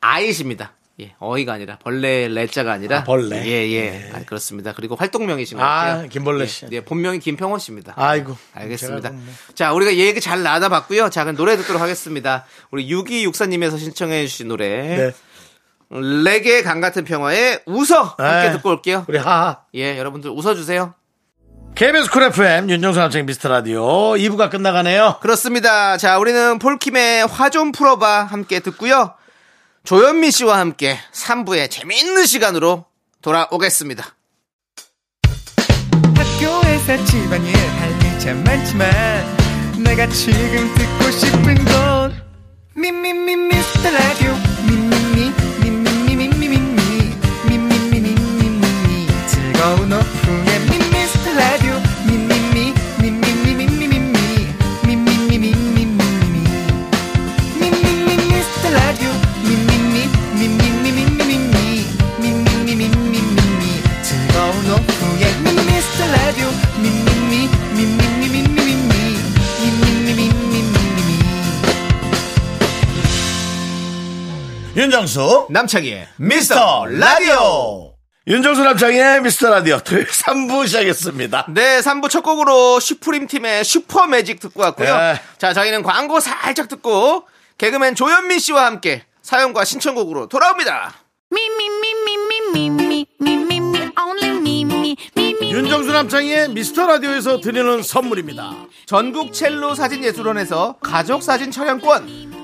Speaker 2: 아이십니다. 예, 어이가 아니라 벌레 레자가 아니라
Speaker 1: 아, 벌레.
Speaker 2: 예, 예, 아, 그렇습니다. 그리고 활동명이신 것
Speaker 1: 아,
Speaker 2: 같아요.
Speaker 1: 김벌레
Speaker 2: 예,
Speaker 1: 씨.
Speaker 2: 예, 본명이 김평호 씨입니다.
Speaker 1: 아이고.
Speaker 2: 음, 알겠습니다.
Speaker 1: 제가 뭐.
Speaker 2: 자, 우리가 얘기 잘 나눠봤고요. 자, 그럼 노래 듣도록 하겠습니다. 우리 6264님에서 신청해주신 노래
Speaker 1: 네.
Speaker 2: 레게 강 같은 평화의 웃어 함께
Speaker 1: 네.
Speaker 2: 듣고 올게요.
Speaker 1: 우리 하하.
Speaker 2: 예, 여러분들 웃어주세요.
Speaker 1: KBS 쿨 FM 윤정수 남창 미스터 라디오 2부가 끝나가네요.
Speaker 2: 그렇습니다. 자, 우리는 폴킴의 화 좀 풀어봐 함께 듣고요. 조현미 씨와 함께 3부의 재미있는 시간으로 돌아오겠습니다.
Speaker 6: 학교에서 집안일 할 일 참 많지만 내가 지금 듣고 싶은 건 미미미 미스터 라디오 미미미 미미미미미미 미미미미미미 즐거운 오후에 미스터 라디오 미미미 미미미미미미 미미미미미미 미미미 미스터 라디오 미미미 미미미미미미 미미미미미미 즐거운 오후에 미스터 라디오 미미미 미미미미미미 미미미미미미
Speaker 1: 윤정수
Speaker 2: 남창희의
Speaker 1: 미스터 라디오. 윤정수 남창의 미스터 라디오 토요일 3부 시작했습니다.
Speaker 2: 네, 3부 첫 곡으로 슈프림 팀의 슈퍼 매직 듣고 왔고요.
Speaker 1: 네.
Speaker 2: 자, 저희는 광고 살짝 듣고 개그맨 조현미 씨와 함께 사연과 신청곡으로 돌아옵니다.
Speaker 5: Me, me, me, me, me, me, me, me, me, me, only me, me, me, me.
Speaker 1: 윤정수 남창의 미스터 라디오에서 드리는 선물입니다.
Speaker 2: 전국 첼로 사진 예술원에서 가족 사진 촬영권,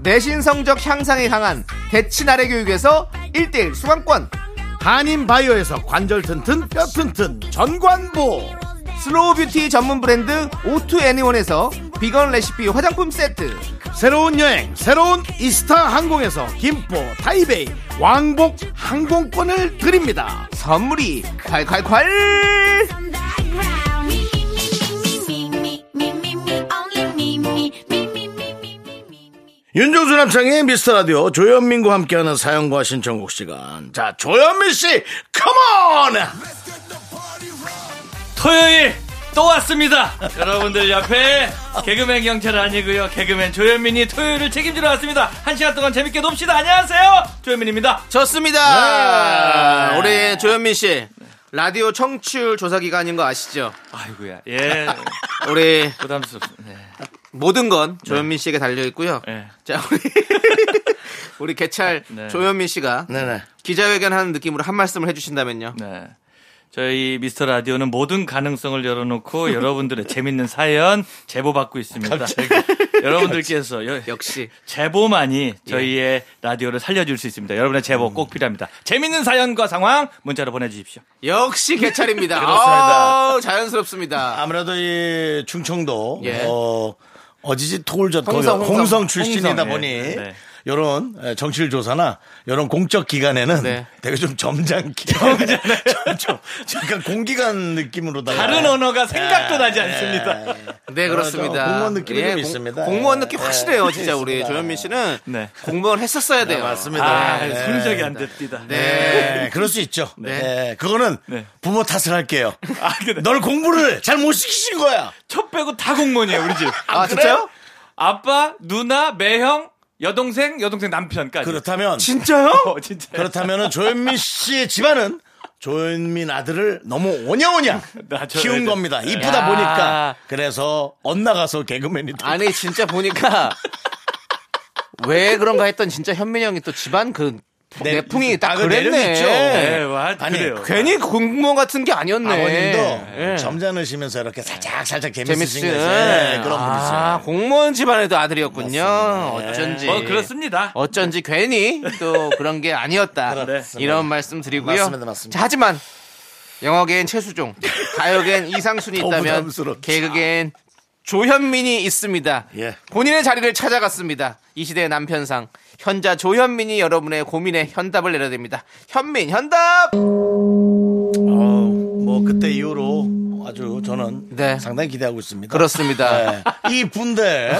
Speaker 2: 내신 성적 향상에 강한 대치나래 교육에서 1대1 수강권
Speaker 1: 한인 바이오에서 관절 튼튼 뼈 튼튼 전관보,
Speaker 2: 슬로우 뷰티 전문 브랜드 오투 애니원에서 비건 레시피 화장품 세트
Speaker 1: 새로운 여행, 새로운 이스타 항공에서 김포, 타이베이, 왕복 항공권을 드립니다.
Speaker 2: 선물이 콸콸콸
Speaker 5: Somebody ground. Me, me, me, me, me, me, me, me, me, only me, me, me, me, me, me, me, me, me.
Speaker 1: 윤종수 남창의 미스터 라디오 조현민과 함께하는 사연과 신청곡 시간. 자, 조현민 씨, 컴온!
Speaker 7: 토요일 또 왔습니다. 여러분들 옆에 개그맨 경찰 아니고요. 개그맨 조현민이 토요일을 책임지러 왔습니다. 한 시간 동안 재밌게 놉시다. 안녕하세요. 조현민입니다.
Speaker 2: 좋습니다
Speaker 3: 네.
Speaker 2: 우리 조현민 씨 라디오 청취율 조사 기간인 거 아시죠?
Speaker 7: 아이고야. 예.
Speaker 2: 우리
Speaker 7: 부담스럽습니다.
Speaker 2: 모든
Speaker 3: 네.
Speaker 2: 건 조현민 씨에게 달려 있고요.
Speaker 7: 네.
Speaker 2: 자 우리 (laughs) 우리 개찰
Speaker 7: 네.
Speaker 2: 조현민 씨가
Speaker 1: 네네.
Speaker 2: 기자회견 하는 느낌으로 한 말씀을 해주신다면요.
Speaker 7: 네.
Speaker 3: 저희 미스터 라디오는 모든 가능성을
Speaker 1: (laughs)
Speaker 3: 열어놓고 여러분들의 재밌는 사연 제보 받고 있습니다. (laughs) 여러분들께서 여-
Speaker 2: 역시
Speaker 3: 제보만이 저희의 라디오를 살려줄 수 있습니다. 여러분의 제보 꼭 필요합니다. 재밌는 사연과 상황 문자로 보내주십시오.
Speaker 2: 역시 개찰입니다.
Speaker 3: (laughs) 그렇습니다.
Speaker 2: 아, 자연스럽습니다.
Speaker 1: 아무래도 이 충청도
Speaker 2: 예.
Speaker 1: 어, 어지지 토울젓
Speaker 2: 홍성,
Speaker 1: 홍성,
Speaker 2: 홍성.
Speaker 1: 홍성 출신이다
Speaker 3: 홍성,
Speaker 1: 보니
Speaker 3: 예, 네.
Speaker 1: 이런 정치일 조사나 이런 공적 기관에는
Speaker 2: 네.
Speaker 1: 되게
Speaker 3: (laughs)
Speaker 1: 좀 점잖게 (laughs) 좀, 좀 약간 공기관 느낌으로다가 네.
Speaker 3: 다른 언어가 생각도 나지 않습니다.
Speaker 2: 네, 그렇습니다.
Speaker 1: 좀 아, 공무원 느낌이 좀
Speaker 2: 공-
Speaker 1: 있습니다.
Speaker 2: 공무원
Speaker 1: 예.
Speaker 2: 느낌 확실해요,
Speaker 1: 예,
Speaker 2: 진짜 우리
Speaker 1: 있습니다.
Speaker 2: 조현민 씨는
Speaker 3: 네.
Speaker 2: 공무원 했었어야 돼요.
Speaker 1: 맞습니다.
Speaker 3: 아,
Speaker 1: 예. 네.
Speaker 3: 손적이 안 됩니다.
Speaker 1: 네, 그럴 수 있죠. 네. 그거는
Speaker 3: 네. 아,
Speaker 1: 부모
Speaker 3: (laughs)
Speaker 1: 탓을 할게요. 널 공부를 잘 못 시키신 거야.
Speaker 3: 첫 빼고 다 공무원이에요, 우리 집.
Speaker 2: 아, 진짜요?
Speaker 3: 아빠, 누나, 매형, 여동생, 여동생 남편까지.
Speaker 1: 그렇죠. 그렇다면
Speaker 3: (laughs) 진짜요? 어, 진짜.
Speaker 1: 그렇다면은 조현민 씨의 집안은 조현민 아들을 너무
Speaker 3: (laughs)
Speaker 1: 오냐오냐
Speaker 3: 낮춰야
Speaker 1: 키운
Speaker 3: 돼.
Speaker 1: 겁니다. 이쁘다
Speaker 3: 야.
Speaker 1: 보니까 그래서 엇나가서 개그맨이 돼.
Speaker 2: 아. 아니, 진짜 보니까 왜 그런가 했던 진짜 현민이 형이 또 집안 그
Speaker 1: 네,
Speaker 2: 내풍이 딱
Speaker 1: 아, 그 내름 있죠.
Speaker 2: 그랬네.
Speaker 3: 네, 와,
Speaker 1: 아니,
Speaker 3: 그래요.
Speaker 2: 괜히 공무원 같은 게 아니었네.
Speaker 1: 아버님도
Speaker 2: 예.
Speaker 1: 점잖으시면서 이렇게 살짝 살짝
Speaker 2: 재밌으신
Speaker 1: 재밌으신 거지. 네, 그런
Speaker 2: 아, 공무원 집안에도 아들이었군요. 어쩐지.
Speaker 3: 뭐, 그렇습니다.
Speaker 2: 어쩐지 괜히 또 그런 게 아니었다.
Speaker 1: 그렇습니다.
Speaker 2: 이런 말씀 드리고요.
Speaker 1: 네. 맞습니다, 맞습니다.
Speaker 2: 자, 하지만 영어계엔 최수종, 가요계엔
Speaker 1: (laughs)
Speaker 2: 이상순이
Speaker 1: 어,
Speaker 2: 있다면
Speaker 1: 부담스럽다.
Speaker 2: 개그계엔 조현민이 있습니다.
Speaker 1: 예.
Speaker 2: 본인의 자리를 찾아갔습니다. 이 시대의 남편상 현자 조현민이 여러분의 고민에 현답을 내려댑니다. 현민 현답.
Speaker 1: 분이세요. 뭐 그때 이후로 아주 저는
Speaker 2: 네.
Speaker 1: 상당히 기대하고 있습니다.
Speaker 2: 그렇습니다.
Speaker 1: 네. 이쁜데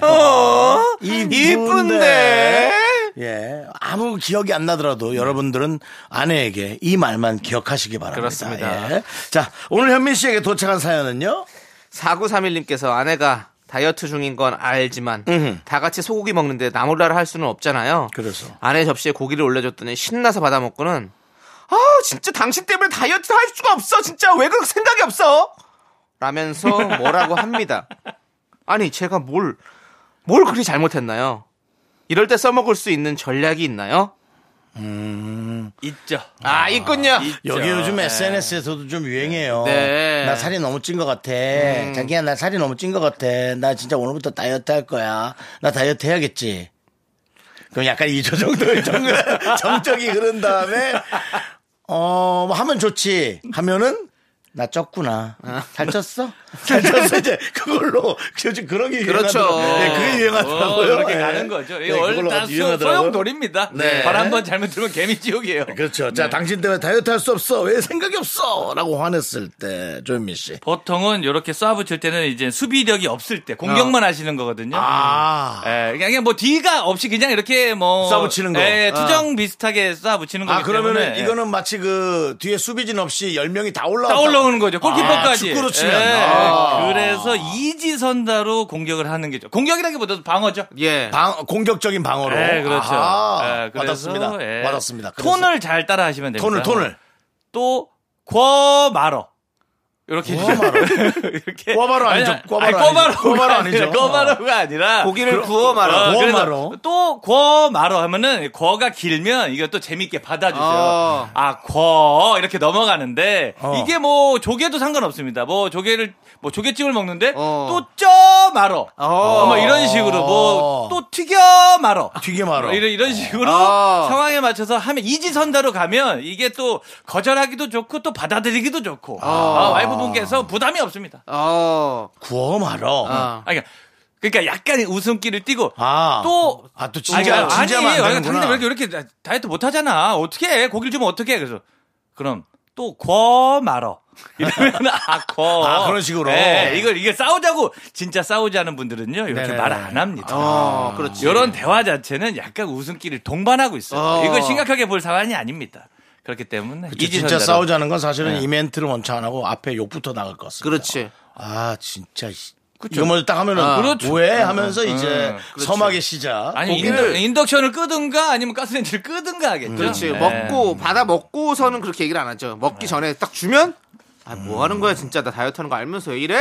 Speaker 2: 어,
Speaker 1: 이쁜데.
Speaker 2: 이쁜데.
Speaker 1: 예 아무 기억이 안 나더라도 여러분들은 아내에게 이 말만 기억하시기 바랍니다.
Speaker 2: 그렇습니다.
Speaker 1: 예. 자 오늘 현민 씨에게 도착한 사연은요.
Speaker 2: 4931님께서 아내가 다이어트 중인 건 알지만 다 같이 소고기 먹는데 나몰라를 할 수는 없잖아요.
Speaker 1: 그래서.
Speaker 2: 아내 접시에 고기를 올려줬더니 신나서 받아 먹고는 아 진짜 당신 때문에 다이어트 할 수가 없어 진짜 왜 그렇게 생각이 없어 라면서 뭐라고 합니다. 아니 제가 뭘 뭘 그리 잘못했나요? 이럴 때 써먹을 수 있는 전략이 있나요?
Speaker 3: 있죠.
Speaker 2: 아 있군요.
Speaker 1: 음. 여기 요즘
Speaker 3: 네.
Speaker 1: SNS에서도 좀 유행해요.
Speaker 2: 네.
Speaker 1: 나 살이 너무 찐 것 같아.
Speaker 3: 음.
Speaker 1: 자기야, 나 살이 너무 찐 것 같아. 나 진짜 오늘부터 다이어트 할 거야. 나 다이어트 해야겠지. 그럼 약간 2초 정도의 (laughs) 정, 정적이 흐른 다음에, 어, 뭐 하면 좋지. 하면은, 나 쪘구나.
Speaker 3: (laughs)
Speaker 1: 살쪘어? 살쪘어? (laughs) 이제 그걸로 요즘 그런 게
Speaker 2: 그렇죠.
Speaker 1: 유행하더라고요. 네, 그게
Speaker 3: 어,
Speaker 1: 유행하더라고요.
Speaker 3: 그렇게
Speaker 1: 예.
Speaker 3: 가는 거죠.
Speaker 1: 네,
Speaker 3: 이거
Speaker 1: 그걸로
Speaker 3: 얼다
Speaker 1: 아주 유행하더라고요.
Speaker 3: 소용돌입니다.
Speaker 1: 네.
Speaker 3: 발 한 번 잘못 들면 개미지옥이에요.
Speaker 1: 그렇죠. 자,
Speaker 3: 네.
Speaker 1: 당신 때문에 다이어트 할 수 없어. 왜 생각이 없어? 라고 화냈을 때, 조현미 씨.
Speaker 3: 어, 음. 보통은 이렇게 쏴붙일 때는 이제 수비력이 없을 때 공격만 하시는 거거든요.
Speaker 1: 어. 아.
Speaker 3: 예, 그냥 그냥 뭐 뒤가 없이 그냥 이렇게 뭐
Speaker 1: 쏴붙이는 거. 어.
Speaker 3: 예, 투정 비슷하게 쏴붙이는 거기
Speaker 1: 아, 그러면은
Speaker 3: 때문에 예,
Speaker 1: 이거는 마치 그 뒤에 수비진 없이 10명이 다 올라와.
Speaker 3: 다 올라오는 거죠.
Speaker 1: 아,
Speaker 3: 골키퍼까지.
Speaker 1: 축구로 치면.
Speaker 3: 예,
Speaker 1: 아.
Speaker 3: 그래서 이지선다로 공격을 하는 게죠. 공격이라기보다도 방어죠.
Speaker 2: 예.
Speaker 1: 방, 공격적인 방어로.
Speaker 3: 예, 그렇죠.
Speaker 1: 네, 아하.
Speaker 3: 예, 그래서,
Speaker 1: 맞았습니다.
Speaker 3: 예,
Speaker 1: 맞았습니다. 그래서
Speaker 3: 톤을 잘 따라 하시면 됩니다.
Speaker 1: 톤을, 톤을.
Speaker 3: 또 꿔마러 (laughs) 이렇게 꿔마러 이렇게
Speaker 1: 꿔마러 아니죠. 꿔마러
Speaker 3: 꿔마러
Speaker 1: 아니죠. 꿔마러 아니죠.
Speaker 3: (laughs) 꿔마러가 아니라
Speaker 2: 고기를 구워 말아.
Speaker 1: 어.
Speaker 3: 그래서
Speaker 1: 꿔마러.
Speaker 3: 또 꿔마러 하면은 꿔가 길면 이거 또 재밌게 받아주세요.
Speaker 2: 어.
Speaker 3: 아꿔 이렇게 넘어가는데
Speaker 1: 어.
Speaker 3: 이게 뭐 조개도 상관없습니다. 뭐 조개를 뭐 조개찜을 먹는데
Speaker 2: 어.
Speaker 3: 또 쪄마러
Speaker 2: 어.
Speaker 3: 뭐 이런 식으로 뭐
Speaker 1: 어.
Speaker 3: 또 튀겨마러
Speaker 1: 튀게 말어.
Speaker 3: 이런, 이런 식으로
Speaker 2: 아.
Speaker 3: 상황에 맞춰서 하면 이지선다로 가면 이게 또 거절하기도 좋고 또 받아들이기도 좋고 아, 와이프분께서 부담이 없습니다.
Speaker 2: 어.
Speaker 1: 구워 말어. 아.
Speaker 2: 아.
Speaker 3: 아, 그러니까, 그러니까 약간의 웃음기를 띠고 또
Speaker 1: 아, 또
Speaker 3: 아니,
Speaker 1: 진짜,
Speaker 3: 아니,
Speaker 1: 진짜
Speaker 3: 아니,
Speaker 1: 많이
Speaker 3: 당신들 왜
Speaker 1: 되는구나.
Speaker 3: 이렇게, 이렇게 다이어트 못 하잖아. 어떻게 해? 고기를 주면 어떻게 해? 그래서 그럼 또 거말어. (laughs) 이러면 아, 거.
Speaker 1: 아, 그런 식으로.
Speaker 3: 네, 이걸 이게 싸우자고 진짜 싸우지 않은 분들은요. 이렇게
Speaker 1: 네네.
Speaker 3: 말 안 합니다. 아.
Speaker 2: 어, 그렇지.
Speaker 3: 이런 대화 자체는 약간 웃음기를 동반하고 있어요.
Speaker 2: 어.
Speaker 3: 이거 심각하게 볼 상황이 아닙니다. 그렇기 때문에
Speaker 1: 그쵸, 진짜
Speaker 3: 이지선다로. 네.
Speaker 1: 싸우자는 건 사실은 이멘트를 먼저 안 하고 앞에 욕부터 나갈 것 같습니다.
Speaker 2: 그렇지.
Speaker 1: 아 진짜 씨. 이거 먼저 딱 하면은
Speaker 2: 아,
Speaker 3: 그렇죠.
Speaker 1: 왜 하면서 이제
Speaker 2: 그렇죠.
Speaker 1: 섬하게 시작.
Speaker 3: 아니
Speaker 1: 고기를
Speaker 3: 인덕, 션을 끄든가 아니면 가스렌지를 끄든가 하겠죠.
Speaker 2: 그렇지
Speaker 3: 네.
Speaker 2: 먹고 받아 먹고서는 그렇게 얘기를 안 하죠 먹기 전에 딱 주면 아 뭐 하는 거야 진짜 나 다이어트 하는 거 알면서 왜 이래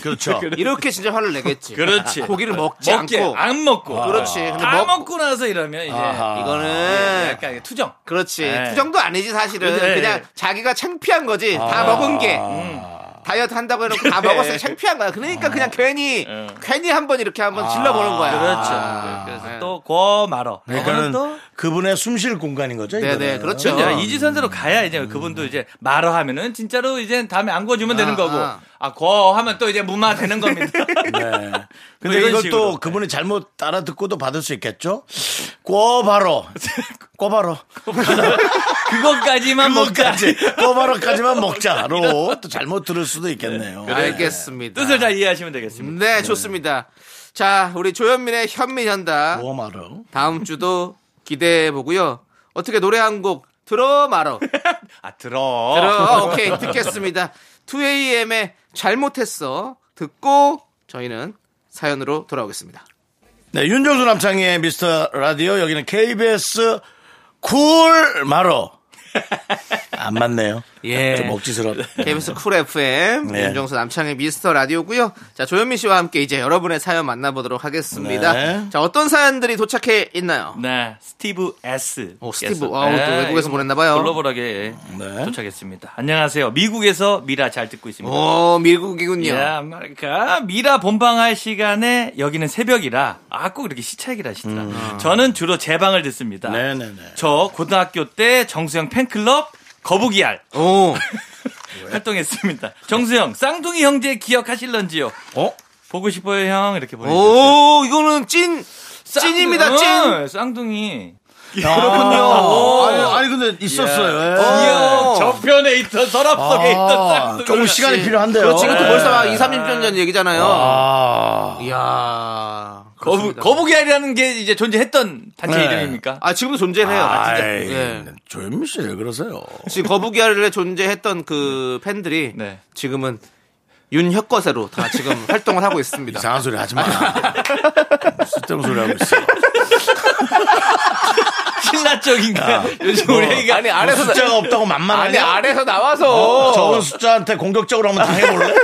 Speaker 1: 그렇죠.
Speaker 2: (laughs) 이렇게 진짜 화를 내겠지.
Speaker 3: 그렇지.
Speaker 2: (laughs) 고기를 먹지
Speaker 3: 먹게
Speaker 2: 않고. 아.
Speaker 3: 안 먹고.
Speaker 2: 그렇지. 근데
Speaker 3: 다
Speaker 2: 먹-
Speaker 3: 먹고 나서 이러면 이제
Speaker 2: 이거는
Speaker 3: 약간 이게 투정.
Speaker 2: 그렇지.
Speaker 3: 네.
Speaker 2: 투정도 아니지 사실은.
Speaker 3: 네. 아. 음.
Speaker 2: 그냥 자기가 창피한 거지. 다 먹은 게. 다이어트 한다고 해놓고 다
Speaker 3: 네.
Speaker 2: 먹었어요. 창피한 거야. 그러니까 그냥 괜히 괜히 한번 이렇게 한번 질러보는 거야.
Speaker 3: 아. 그렇죠.
Speaker 2: 아.
Speaker 3: 그래서
Speaker 2: 네.
Speaker 3: 또고 말어.
Speaker 1: 그러니까는
Speaker 2: 그렇죠.
Speaker 3: 그거는 또
Speaker 1: 그분의 숨 쉴 공간인 거죠.
Speaker 2: 네네
Speaker 1: 이거는.
Speaker 2: 그렇죠.
Speaker 3: 그렇죠. 이지선대로 가야 이제
Speaker 2: 음.
Speaker 3: 그분도 이제 말어 하면은 진짜로 이제 다음에 안 구워주면 되는
Speaker 2: 아,
Speaker 3: 거고
Speaker 2: 아.
Speaker 3: 아거 하면 또 이제 무마 되는 겁니다.
Speaker 2: (laughs)
Speaker 1: 네.
Speaker 3: 뭐
Speaker 1: 근데
Speaker 3: 이런
Speaker 1: 이것도
Speaker 3: 식으로.
Speaker 1: 그분이 잘못 따라 듣고도 받을 수 있겠죠? 꼬바로. 꼬바로.
Speaker 3: 그것까지만 먹자.
Speaker 1: 그것까지. 꼬바로까지만 먹자로 또 잘못 들을 수도 있겠네요.
Speaker 2: 알겠습니다.
Speaker 3: 뜻을 다 이해하시면 되겠습니다.
Speaker 2: 네, 좋습니다. 자, 우리 조현민의 현민현다.
Speaker 3: 뭐?
Speaker 1: 꼬바로.
Speaker 2: 다음 주도 기대해 보고요. 어떻게 노래 한 곡 들어 말어.
Speaker 3: (laughs) 아 들어.
Speaker 2: 들어. 오케이. 듣겠습니다. 2AM의 잘못했어. 듣고 저희는 사연으로 돌아오겠습니다.
Speaker 1: 네, 윤정수 남창희의 미스터 라디오 여기는 KBS 쿨 마로. 안 맞네요.
Speaker 2: 예.
Speaker 1: 좀 억지스럽.
Speaker 2: KBS 쿨 FM
Speaker 1: 네.
Speaker 2: 윤정수 남창의 미스터 라디오고요. 자 조현민 씨와 함께 이제 여러분의 사연 만나보도록 하겠습니다.
Speaker 1: 네.
Speaker 2: 자 어떤 사연들이 도착해 있나요?
Speaker 3: 네, 스티브 S. 네,
Speaker 2: 오, 스티브. 와우, 또 외국에서
Speaker 3: 이거
Speaker 2: 보냈나봐요.
Speaker 3: 글로벌하게
Speaker 1: 네.
Speaker 3: 도착했습니다. 안녕하세요. 미국에서 미라 잘 듣고 있습니다.
Speaker 2: 오 밀국이군요.
Speaker 3: 야, 아메리카. 미라 본방할 시간에 여기는 새벽이라 아 꼭 이렇게 시차기라 하시더라.
Speaker 2: 음.
Speaker 3: 저는 주로 제 방을 듣습니다.
Speaker 1: 네네네.
Speaker 3: 저 고등학교 때 정수영 팬클럽 거북이알
Speaker 2: 오
Speaker 3: 활동했습니다. 정수영 쌍둥이 형제 기억하실런지요?
Speaker 1: 어?
Speaker 3: 보고 싶어요 형 이렇게 보내주셨어요.
Speaker 2: 오 이거는 찐 찐입니다 찐.
Speaker 3: 어, 쌍둥이.
Speaker 1: 그렇군요.
Speaker 3: 오.
Speaker 1: 아니, 아니, 근데 있었어요. 예.
Speaker 2: 어.
Speaker 3: 이야, 저편에 있던 서랍 속에 있던
Speaker 1: 아,
Speaker 3: 쌍둥이.
Speaker 1: 조금 시간이 필요한데요.
Speaker 2: 그렇지 이것도
Speaker 1: 예.
Speaker 2: 벌써 막 2, 30년 전 얘기잖아요.
Speaker 1: 아.
Speaker 2: 이야
Speaker 3: 거북,
Speaker 2: 그렇습니다.
Speaker 3: 거북이알이라는 게 이제 존재했던 단체
Speaker 1: 네.
Speaker 3: 이름입니까?
Speaker 2: 아 지금도 존재해요. 아, 진짜.
Speaker 1: 아이,
Speaker 2: 예.
Speaker 1: 조현미 씨 왜 그러세요?
Speaker 2: 지금 거북이알에 존재했던 그 팬들이
Speaker 3: 네.
Speaker 2: 지금은 윤혁거세로 다 (laughs) 지금 활동을 하고 있습니다.
Speaker 1: 이상한 소리 하지 마. 쓸데없는 소리 하고 있어.
Speaker 3: 신라 쪽인가? 요즘 우리 애기가
Speaker 2: 아니
Speaker 1: 아, 뭐
Speaker 2: 아래서
Speaker 1: 숫자가 없다고
Speaker 2: 아니 어.
Speaker 1: 만만하냐?
Speaker 2: 아래서 나와서
Speaker 1: 적은 숫자한테 공격적으로 한번 당해볼래?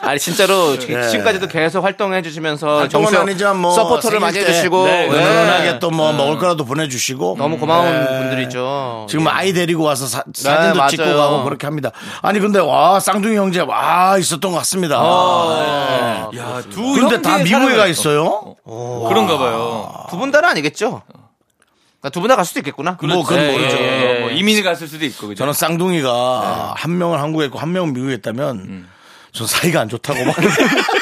Speaker 2: 아니 진짜로 지-
Speaker 1: 네.
Speaker 2: 지금까지도 계속 활동해 주시면서
Speaker 1: 활동은
Speaker 2: 정수
Speaker 1: 아니죠. 뭐 생일
Speaker 2: 서포터를 많이
Speaker 1: 때
Speaker 2: 해주시고
Speaker 3: 네,
Speaker 2: 예.
Speaker 1: 은은하게 또 뭐 먹을 거라도 보내주시고
Speaker 2: 너무 고마운
Speaker 1: 네.
Speaker 2: 분들이죠.
Speaker 1: 지금 아이 데리고 와서 사, 진도
Speaker 2: 맞아요.
Speaker 1: 찍고 가고 그렇게 합니다. 아니 근데 와 쌍둥이 형제 와 있었던 것 같습니다.
Speaker 2: 아,
Speaker 3: 야, 두
Speaker 1: 그런데
Speaker 3: 형제의
Speaker 1: 다 미국에
Speaker 3: 사랑을
Speaker 1: 가
Speaker 3: 했어.
Speaker 1: 있어요.
Speaker 3: 그런가 봐요.
Speaker 2: 두분 다는 아니겠죠? 그러니까 두 분 다 갈 수도 있겠구나.
Speaker 1: 뭐 그건
Speaker 3: 예,
Speaker 1: 모르죠.
Speaker 3: 예, 예. 뭐 이민을 갔을 수도 있고 그죠?
Speaker 1: 저는 쌍둥이가
Speaker 2: 네.
Speaker 1: 한 명은 한국에 있고 한 명은 미국에 있다면
Speaker 2: 음.
Speaker 1: 전 사이가 안 좋다고 막. (laughs)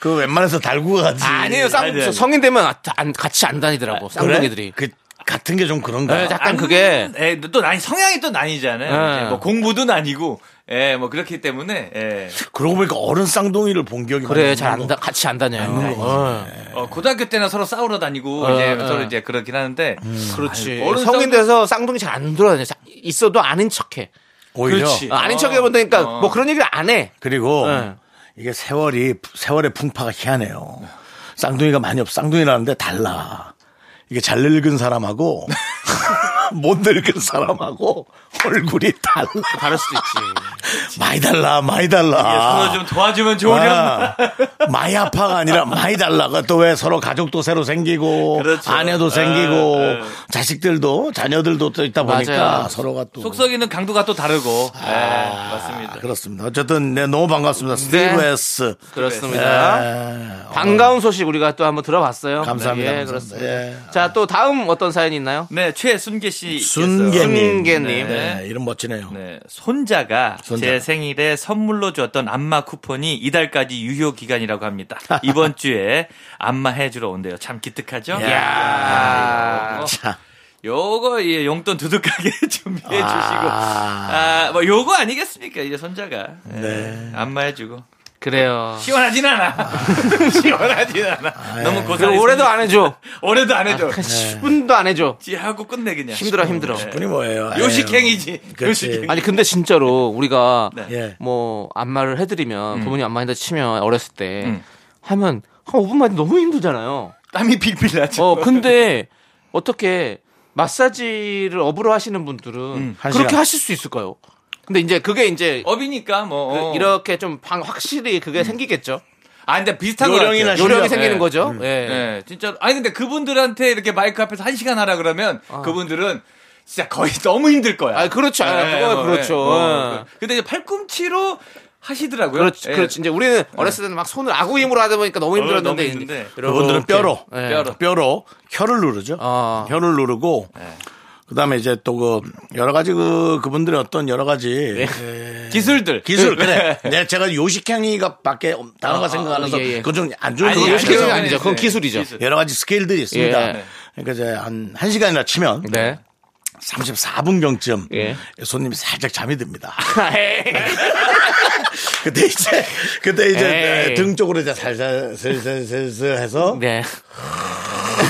Speaker 1: 그 웬만해서 달고 가지.
Speaker 2: 아니에요. 쌍,
Speaker 3: 아니, 아니.
Speaker 2: 성인 되면 아- 안- 같이 안 다니더라고. 쌍둥이들이.
Speaker 1: 그래? 그 같은 게 좀 그런가.
Speaker 2: 네, 약간 그게
Speaker 3: 아, 예, 또 아니 성향이 또 나뉘잖아요.
Speaker 2: 예.
Speaker 3: 이제 뭐 공부도 나뉘고, 예, 뭐 그렇기 때문에 예.
Speaker 1: 그러고 보니까 어른 쌍둥이를 본 기억이
Speaker 2: 그래
Speaker 1: 많이
Speaker 2: 잘 안
Speaker 1: 나고.
Speaker 2: 다 같이 안 다녀요. 어.
Speaker 3: 어, 고등학교 때나 서로 싸우러 다니고 이제 서로 이제 그렇긴 하는데
Speaker 2: 그렇지.
Speaker 3: 아니, 어른
Speaker 2: 성인
Speaker 3: 쌍둥이-
Speaker 2: 돼서 쌍둥이 잘 안 돌아다녀. 자- 있어도 아닌 척해.
Speaker 1: 오히려
Speaker 3: 그렇지.
Speaker 2: 어, 아닌
Speaker 3: 어.
Speaker 2: 척해 본다니까
Speaker 3: 어.
Speaker 2: 뭐 그런 얘기를 안 해.
Speaker 1: 그리고
Speaker 2: 네.
Speaker 1: 이게 세월이 세월의 풍파가 희한해요. 쌍둥이가 많이 없. 쌍둥이라는데 달라. 이게 잘 늙은 사람하고 (laughs) 못 늙은 사람하고 얼굴이 달라.
Speaker 2: 다를 수도 있지.
Speaker 1: 많이 달라, 많이 달라.
Speaker 2: 아.
Speaker 3: 서로 좀 도와주면 좋으려나.
Speaker 1: 아, 많이 아파가 아니라 많이 달라가 그 또 왜 서로 가족도 새로 생기고
Speaker 3: 그렇죠.
Speaker 1: 아내도 생기고 자식들도 자녀들도 또 있다 보니까
Speaker 2: 맞아요.
Speaker 1: 서로가 또
Speaker 3: 속썩이는 강도가 또 다르고.
Speaker 2: 아.
Speaker 3: 예, 맞습니다.
Speaker 1: 아, 그렇습니다. 어쨌든 네, 너무 반갑습니다. 스티브 S.
Speaker 2: (laughs) 그렇습니다.
Speaker 1: 예,
Speaker 2: 반가운 소식 우리가 또 한번 들어봤어요.
Speaker 1: 네, 감사합니다.
Speaker 2: 예,
Speaker 1: 감사합니다.
Speaker 2: 그렇습니다.
Speaker 1: 예.
Speaker 2: 자, 또 다음 어떤 사연이 있나요?
Speaker 3: 네, 최순계 씨.
Speaker 1: 순계님.
Speaker 2: 순계님.
Speaker 1: 네. 이름 멋지네요.
Speaker 3: 네, 손자가
Speaker 1: 손자.
Speaker 3: 제 생일에 선물로 줬던 안마 쿠폰이 이달까지 유효 기간이라고 합니다.
Speaker 1: (laughs)
Speaker 3: 이번 주에 안마 해주러 온대요. 참 기특하죠?
Speaker 2: 야.
Speaker 3: 어,
Speaker 1: 자,
Speaker 3: 요거 예, 용돈 두둑하게 (laughs) 준비해 주시고
Speaker 1: 아.
Speaker 3: 아, 뭐 요거 아니겠습니까? 이제 손자가 예,
Speaker 2: 음.
Speaker 1: 네.
Speaker 3: 안마해 주고
Speaker 2: 그래요.
Speaker 3: 시원하진 않아. (laughs) 시원하진 않아. 너무 고생.
Speaker 2: 네. 그리고 올해도 안 해줘. (laughs)
Speaker 3: 올해도 안 해줘.
Speaker 2: 10분도 안 해줘.
Speaker 3: 지 하고 끝내 그냥.
Speaker 2: 힘들어, 힘들어.
Speaker 1: 분이 뭐예요?
Speaker 3: 요식행이지.
Speaker 1: 그치.
Speaker 3: 요식행.
Speaker 2: 아니 네. 근데 진짜로 우리가
Speaker 3: 네.
Speaker 1: 예.
Speaker 2: 뭐 안마를 해드리면 부모님 안마한다 치면 어렸을 때
Speaker 3: 음.
Speaker 2: 하면 한 5분만 해도 너무 힘들잖아요.
Speaker 3: 땀이 빅빅 나죠.
Speaker 2: 어 근데 어떻게 마사지를 업으로 하시는 분들은
Speaker 1: 한
Speaker 2: 그렇게
Speaker 1: 시간.
Speaker 2: 하실 수 있을까요? 근데 이제 그게 이제
Speaker 7: 업이니까
Speaker 2: 그
Speaker 7: 뭐 어.
Speaker 2: 이렇게 좀 방, 확실히 그게 생기겠죠.
Speaker 7: 아 근데 비슷한 거
Speaker 1: 요령이
Speaker 7: 같아요.
Speaker 1: 나시-
Speaker 2: 요령이
Speaker 1: 예.
Speaker 2: 생기는 거죠. 예.
Speaker 7: 예, 진짜 아니 근데 그분들한테 이렇게 마이크 앞에서 한 시간 하라 그러면
Speaker 1: 아.
Speaker 7: 그분들은 진짜 거의 너무 힘들 거야.
Speaker 2: 아, 그렇죠. 아,
Speaker 6: 예,
Speaker 7: 예,
Speaker 2: 그거 그렇죠. 어.
Speaker 7: 뭐, 그- 근데 이제 팔꿈치로 하시더라고요.
Speaker 2: 그렇지, 그렇죠.
Speaker 7: 예.
Speaker 2: 그렇지. 이제 우리는 어렸을 때는 막 손을 아구 힘으로 하다 보니까 너무 힘들었는데.
Speaker 7: 너무
Speaker 2: 이제
Speaker 7: 힘든데.
Speaker 2: 이렇게.
Speaker 1: 그분들은 뼈로, 네.
Speaker 2: 예.
Speaker 7: 뼈로.
Speaker 1: 뼈로 혀를 누르죠.
Speaker 2: 아.
Speaker 1: 혀를 누르고 그다음에 이제 또 그 여러 가지 그 그분들의 어떤 여러 가지
Speaker 2: 네.
Speaker 1: 예.
Speaker 7: 기술들.
Speaker 1: 기술 그래. 네, 제가 요식행위가 밖에 단어가 생각나서
Speaker 2: 예, 예.
Speaker 1: 그건 좀안 좋은
Speaker 7: 아니,
Speaker 1: 거
Speaker 2: 요식행위가
Speaker 1: 같아서 네.
Speaker 2: 아니죠. 그건 기술이죠.
Speaker 1: 여러 가지 스케일들이 있습니다.
Speaker 2: 예.
Speaker 1: 그러니까 이제 한 1시간이나 치면
Speaker 2: 네.
Speaker 1: 34분 경쯤
Speaker 2: 예. 아,
Speaker 1: 손님이 살짝 잠이 듭니다. (laughs) 그때 이제 그때 이제
Speaker 2: 에이.
Speaker 1: 등 쪽으로 이제 살살 슬슬슬슬 해서
Speaker 2: 예. 네.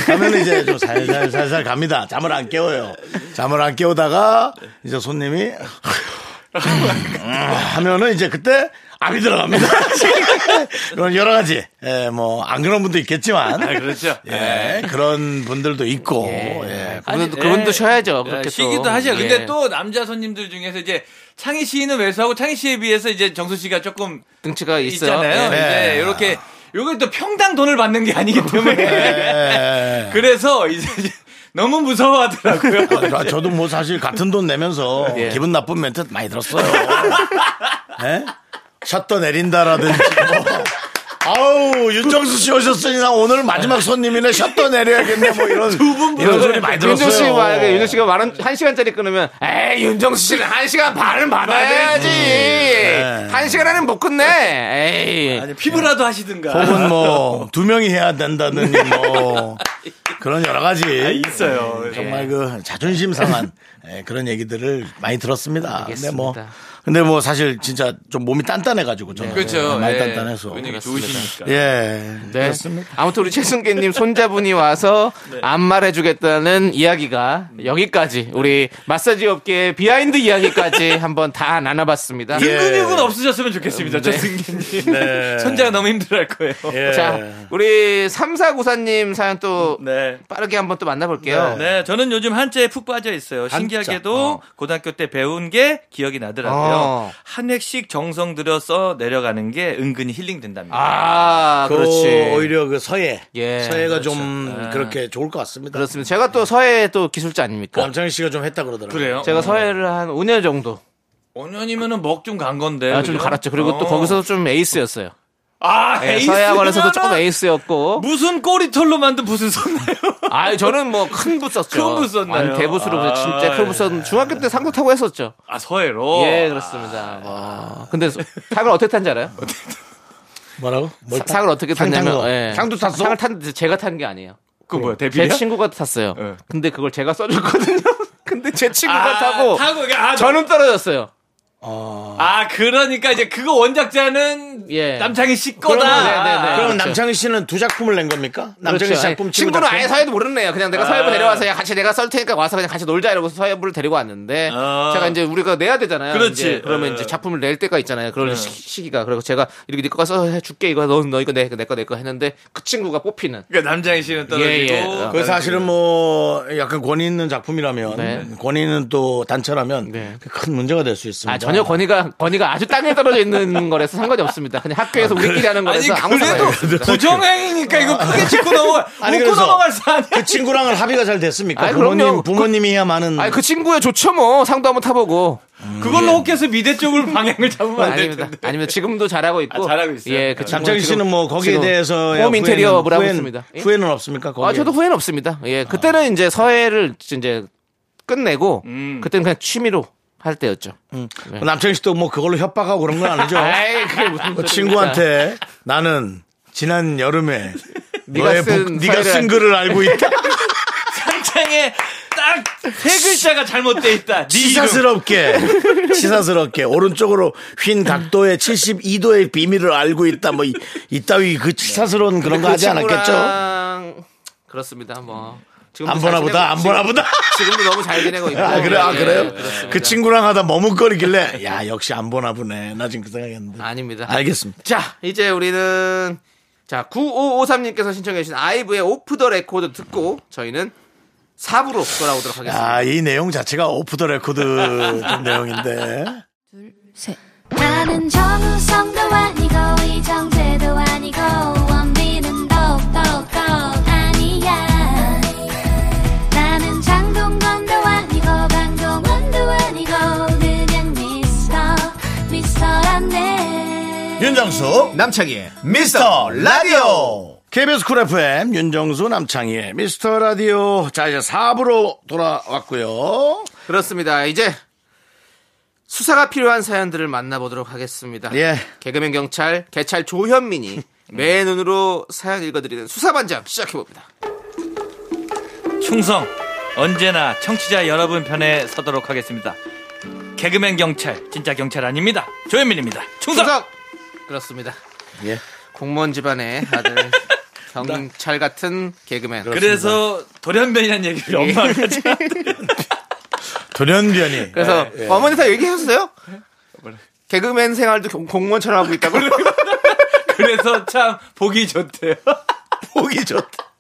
Speaker 1: 하면 이제 좀 살살 살살 갑니다. 잠을 안 깨워요. 잠을 안 깨우다가 이제 손님이 음, 하면은 이제 그때 암이 들어갑니다. (laughs) 그런 여러 가지 뭐 안 그런 분도 있겠지만
Speaker 7: 그렇죠.
Speaker 1: 예, 그런 분들도 있고 예.
Speaker 2: 그분도, 그분도 쉬어야죠. 그렇게 또.
Speaker 7: 쉬기도 하죠.
Speaker 2: 예.
Speaker 7: 근데 또 남자 손님들 중에서 이제 창희 씨는 왜소하고 창희 씨에 비해서 이제 정수 씨가 조금
Speaker 2: 등치가 있어요.
Speaker 7: 있잖아요. 네.
Speaker 2: 예.
Speaker 1: 네.
Speaker 7: 이제 이렇게 요게 또 평당 돈을 받는 게 아니기 (laughs) 때문에
Speaker 1: 예.
Speaker 7: 그래서 이제 너무 무서워하더라고요.
Speaker 1: 아, 저도 뭐 사실 같은 돈 내면서
Speaker 2: 예.
Speaker 1: 기분 나쁜 멘트 많이 들었어요. 예? 샷더 내린다라든지 뭐. 아우 윤정수 씨 오셨으니 나 오늘 마지막 손님이네 샷더 내려야겠네 뭐 이런 이런 소리 많이 들었어요.
Speaker 2: 윤정 씨 만약에 윤정 씨가 만원 한 시간짜리 끊으면 에이 윤정수 씨는 한 시간 반을 받아야지
Speaker 1: 네.
Speaker 2: 한 시간 안에 못 끝내 에이
Speaker 7: 피부라도 하시든가.
Speaker 1: 혹은 뭐 두 명이 해야 된다든지 뭐 그런 여러
Speaker 2: 아,
Speaker 1: 가지
Speaker 7: 있어요.
Speaker 2: 예.
Speaker 1: 정말 그 자존심 상한 예, 그런 얘기들을 많이 들었습니다. 근데 뭐
Speaker 2: 알겠습니다.
Speaker 1: 근데 뭐 사실 진짜 좀 몸이 단단해가지고 저는
Speaker 7: 그렇죠.
Speaker 1: 많이
Speaker 7: 예.
Speaker 1: 단단해서
Speaker 7: 근육이 좋으시니까.
Speaker 1: 예
Speaker 2: 네.
Speaker 1: 그렇습니다.
Speaker 2: 아무튼 우리 최승계님
Speaker 7: (laughs)
Speaker 2: 손자분이 와서
Speaker 7: 네.
Speaker 2: 안 말해주겠다는 이야기가 여기까지 우리 마사지 업계의
Speaker 7: (laughs)
Speaker 2: 비하인드 이야기까지 한번 다 나눠봤습니다.
Speaker 1: 예.
Speaker 7: 근육은 없으셨으면 좋겠습니다. 저
Speaker 2: 네.
Speaker 7: 승기님. (laughs) 손자가 너무 힘들어할 거예요.
Speaker 1: 예.
Speaker 2: 자, 우리 3494님 사연 또
Speaker 7: 네.
Speaker 2: 빠르게 한번 또 만나볼게요.
Speaker 7: 네, 저는 요즘 한자에 푹 빠져 있어요. 신기하게도 고등학교 때 배운 게 기억이 나더라고요.
Speaker 2: 어.
Speaker 7: 한 획씩 정성 들여서 내려가는 게 은근히 힐링된답니다.
Speaker 2: 아,
Speaker 1: 그
Speaker 2: 그렇지.
Speaker 1: 오히려 그 서예
Speaker 2: 예,
Speaker 1: 서예가 좀 그렇게 좋을 것 같습니다.
Speaker 2: 그렇습니다. 제가 또 서해 또 기술자 아닙니까?
Speaker 1: 남창희 씨가 좀 했다 그러더라고요.
Speaker 7: 그래요?
Speaker 2: 제가 서해를 한 5년 정도
Speaker 7: 5년이면은 먹 좀 간 건데.
Speaker 2: 아, 좀
Speaker 7: 그죠?
Speaker 2: 갈았죠. 그리고 또
Speaker 7: 어.
Speaker 2: 거기서도 좀 에이스였어요.
Speaker 7: 아,
Speaker 2: 예,
Speaker 7: 에이스. 뭐?
Speaker 2: 서해학원에서도 조금
Speaker 7: 하나?
Speaker 2: 에이스였고.
Speaker 7: 무슨 꼬리털로 만든 붓을
Speaker 2: (laughs)
Speaker 7: 썼나요?
Speaker 2: 아, 저는 뭐 큰 붓 썼죠.
Speaker 7: 큰붓 썼나요?
Speaker 2: 아니, 대붓으로
Speaker 7: 아,
Speaker 2: 진짜 큰 붓 썼는데 중학교 때 상도 타고 했었죠.
Speaker 7: 아, 서해로.
Speaker 2: 예, 그렇습니다. 와. 근데 상을 어떻게 탄지 알아요?
Speaker 1: 뭐라고? 뭘
Speaker 2: 상을 어떻게
Speaker 1: 상 탄
Speaker 2: 탔냐면
Speaker 1: 거.
Speaker 2: 예.
Speaker 1: 상도 탔어?
Speaker 2: 상을 탔는데 제가 탄 게 아니에요.
Speaker 7: 그 뭐야,
Speaker 2: 제
Speaker 7: 대비야?
Speaker 2: 친구가 탔어요.
Speaker 7: 예.
Speaker 2: 근데 그걸 제가 써줬거든요. (laughs) 근데 제 친구가 타고
Speaker 7: 아, 타고 이게 아,
Speaker 2: 저는 떨어졌어요.
Speaker 7: 아, 그러니까 이제 그거 원작자는
Speaker 2: 예.
Speaker 7: 남창희 씨
Speaker 2: 그러면-
Speaker 7: 거다.
Speaker 2: 네, 네, 네.
Speaker 1: 그러면
Speaker 2: 그렇죠.
Speaker 1: 남창희 씨는 두 작품을 낸 겁니까? 남창희 씨
Speaker 2: 그렇죠.
Speaker 1: 작품
Speaker 2: 아니,
Speaker 1: 친구
Speaker 2: 친구는
Speaker 1: 작품?
Speaker 2: 아예 서해도 모르네요. 그냥 내가 서해부
Speaker 7: 아.
Speaker 2: 데려와서 야 같이 내가 썰 테니까 와서 그냥 같이 놀자 이러고 서해부를 데리고 왔는데
Speaker 7: 아.
Speaker 2: 제가 이제 우리가 내야 되잖아요.
Speaker 7: 그렇지. 네.
Speaker 2: 이제 그러면
Speaker 7: 예.
Speaker 2: 이제 작품을 낼 때가 있잖아요. 그런 시- 시기가 그리고 제가 이렇게 네 거가 써 줄게 이거 너너 이거 내 내거 내 거 했는데 그 친구가 뽑히는
Speaker 7: 그러니까 남장희 씨는 떨어지고.
Speaker 2: 예, 예.
Speaker 1: 그 사실은 뭐 약간 권위 있는 작품이라면
Speaker 2: 네.
Speaker 1: 권위 있는 또 단체라면
Speaker 2: 네.
Speaker 1: 큰 문제가 될 수 있습니다.
Speaker 7: 음.
Speaker 2: 아 전혀 권위가 권위가 아주 땅에 떨어져 있는 (laughs) 거라서 상관이 없습니다. 그냥 학교에서 우리끼리 하는
Speaker 7: 아니
Speaker 2: 거라서 아무 상관이
Speaker 7: 그래도
Speaker 2: 없어요.
Speaker 7: 부정행위니까 이거 크게 짚고 넘어가
Speaker 1: 아니,
Speaker 7: 웃고
Speaker 1: 그래서
Speaker 7: 넘어갈 사 아니야
Speaker 1: 그 친구랑은 합의가 잘 됐습니까?
Speaker 2: 아니,
Speaker 1: 부모님
Speaker 2: 그럼요.
Speaker 1: 부모님이야 많은
Speaker 2: 아니 그 친구야 좋죠 뭐 상도 한번 타보고 뭐
Speaker 7: 그걸로 혹해서 미대 쪽으로 방향을 잡으면 안
Speaker 2: 아닙니다.
Speaker 7: 되는데
Speaker 2: 아닙니다. 지금도 잘하고 있고
Speaker 7: 네. 아, 잘하고 있어요.
Speaker 2: 예그 친구
Speaker 1: 남창희 씨는 뭐 거기에 대해서
Speaker 2: 홈 인테리어를 하고 있습니다. 예?
Speaker 1: 후회는 없습니까? 거기에?
Speaker 2: 아, 저도 후회는 없습니다. 예. 그때는 이제 서해를 이제 끝내고,
Speaker 1: 음.
Speaker 2: 그때는 그냥 취미로 할 때였죠.
Speaker 1: 남창희 씨도 뭐 그걸로 협박하고 그런 건 아니죠?
Speaker 2: 네. 아이, 그렇죠, 그게 무슨
Speaker 1: 그
Speaker 2: 소리입니까?
Speaker 1: 친구한테 나는 지난 여름에
Speaker 2: (laughs) 네가
Speaker 1: 너의
Speaker 2: 쓴
Speaker 1: 복- 네가
Speaker 2: 사회를 네
Speaker 1: 쓴 글을 알고
Speaker 2: (laughs)
Speaker 1: 있다.
Speaker 7: 한창에 딱 세 글자가 잘못돼 있다 네 이름
Speaker 1: 치사스럽게 치사스럽게 오른쪽으로 휜 각도의 72도의 비밀을 알고 있다. 뭐 이, 이따위 그 치사스러운 그런 거 하지 않았겠죠?
Speaker 2: 친구랑 그렇습니다. 뭐. 지금도
Speaker 1: 안
Speaker 2: 잘
Speaker 1: 보나 보다.
Speaker 2: 지내고-
Speaker 1: 안 보나 보다.
Speaker 2: 지금도 너무 잘 지내고 있고.
Speaker 1: 아 그래 아
Speaker 2: 예,
Speaker 1: 그래요?
Speaker 2: 그렇습니다.
Speaker 1: 그 친구랑 하다 머뭇거리길래 야 역시 안 보나 보네. 나 지금 그 생각했는데.
Speaker 2: 아닙니다.
Speaker 1: 알겠습니다.
Speaker 2: 자, 이제 우리는 자, 9553님께서 신청해주신 아이브의 오프 더 레코드 듣고 저희는 4부로 돌아오도록 하겠습니다.
Speaker 1: 아 이 내용 자체가 오프 더 레코드 좀 내용인데.
Speaker 5: Do
Speaker 8: 셋.
Speaker 5: 나는 정우성도 아니고 이정재도 아니고 원빈은 더욱더 아니야 나는 장동건도 아니고 방종원도 아니고 그냥 미스터 미스터란데
Speaker 1: 윤정수
Speaker 2: 남창희의
Speaker 1: 미스터 라디오 KBS 쿨 FM 윤정수 남창희의 미스터 라디오 자 이제 4부로 돌아왔고요
Speaker 2: 그렇습니다. 이제 수사가 필요한 사연들을 만나보도록 하겠습니다.
Speaker 1: 예.
Speaker 2: 개그맨 경찰 개찰 조현민이 매 눈으로 사연 읽어드리는 수사반장 시작해봅니다.
Speaker 7: 충성 언제나 청취자 여러분 편에 서도록 하겠습니다. 개그맨 경찰 진짜 경찰 아닙니다. 조현민입니다. 충성.
Speaker 2: 충성! 그렇습니다.
Speaker 1: 예.
Speaker 2: 공무원 집안의 아들 경찰 같은 개그맨.
Speaker 7: 그래서 돌연변이란 얘기를 엄마가 하지.
Speaker 1: 돌연변이
Speaker 2: 그래서 어머니 다 얘기하셨어요? 개그맨 생활도 공- 공무원처럼 하고 있다고.
Speaker 7: 그래서 참 보기 좋대요.
Speaker 1: 보기 좋다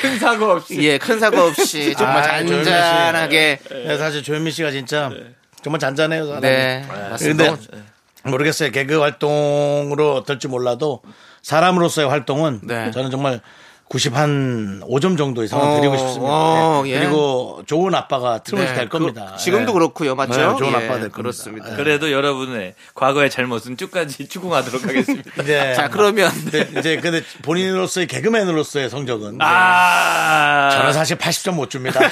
Speaker 7: 큰 사고 없이.
Speaker 2: (laughs) 예, 큰 사고 없이 정말
Speaker 1: 아, 조현민 씨.
Speaker 2: 잔잔하게.
Speaker 1: 네, 사실 조현민 씨가 진짜 정말 잔잔해요 사람이
Speaker 2: 네,
Speaker 1: 근데
Speaker 2: 맞습니다.
Speaker 1: 모르겠어요 개그 활동으로 어떨지 몰라도 사람으로서의 활동은
Speaker 2: 네.
Speaker 1: 저는 정말 90한 5점 정도 이상은
Speaker 2: 어,
Speaker 1: 드리고 싶습니다
Speaker 2: 어,
Speaker 1: 네.
Speaker 2: 예.
Speaker 1: 그리고 좋은 아빠가 틀림없이
Speaker 2: 네,
Speaker 1: 될
Speaker 2: 그-
Speaker 1: 겁니다
Speaker 2: 지금도
Speaker 1: 예.
Speaker 2: 그렇고요, 맞죠?
Speaker 1: 네, 좋은
Speaker 2: 예,
Speaker 1: 아빠가 될 겁니다.
Speaker 2: 그렇습니다.
Speaker 7: 그래도 여러분의 과거의 잘못은 쭉까지
Speaker 2: (laughs)
Speaker 7: 추궁하도록 하겠습니다.
Speaker 1: 네.
Speaker 2: 자, 그러면
Speaker 1: 근데 이제 근데 본인으로서의 개그맨으로서의 성적은 저는
Speaker 7: 아.
Speaker 1: 사실 80점 못 줍니다. (laughs)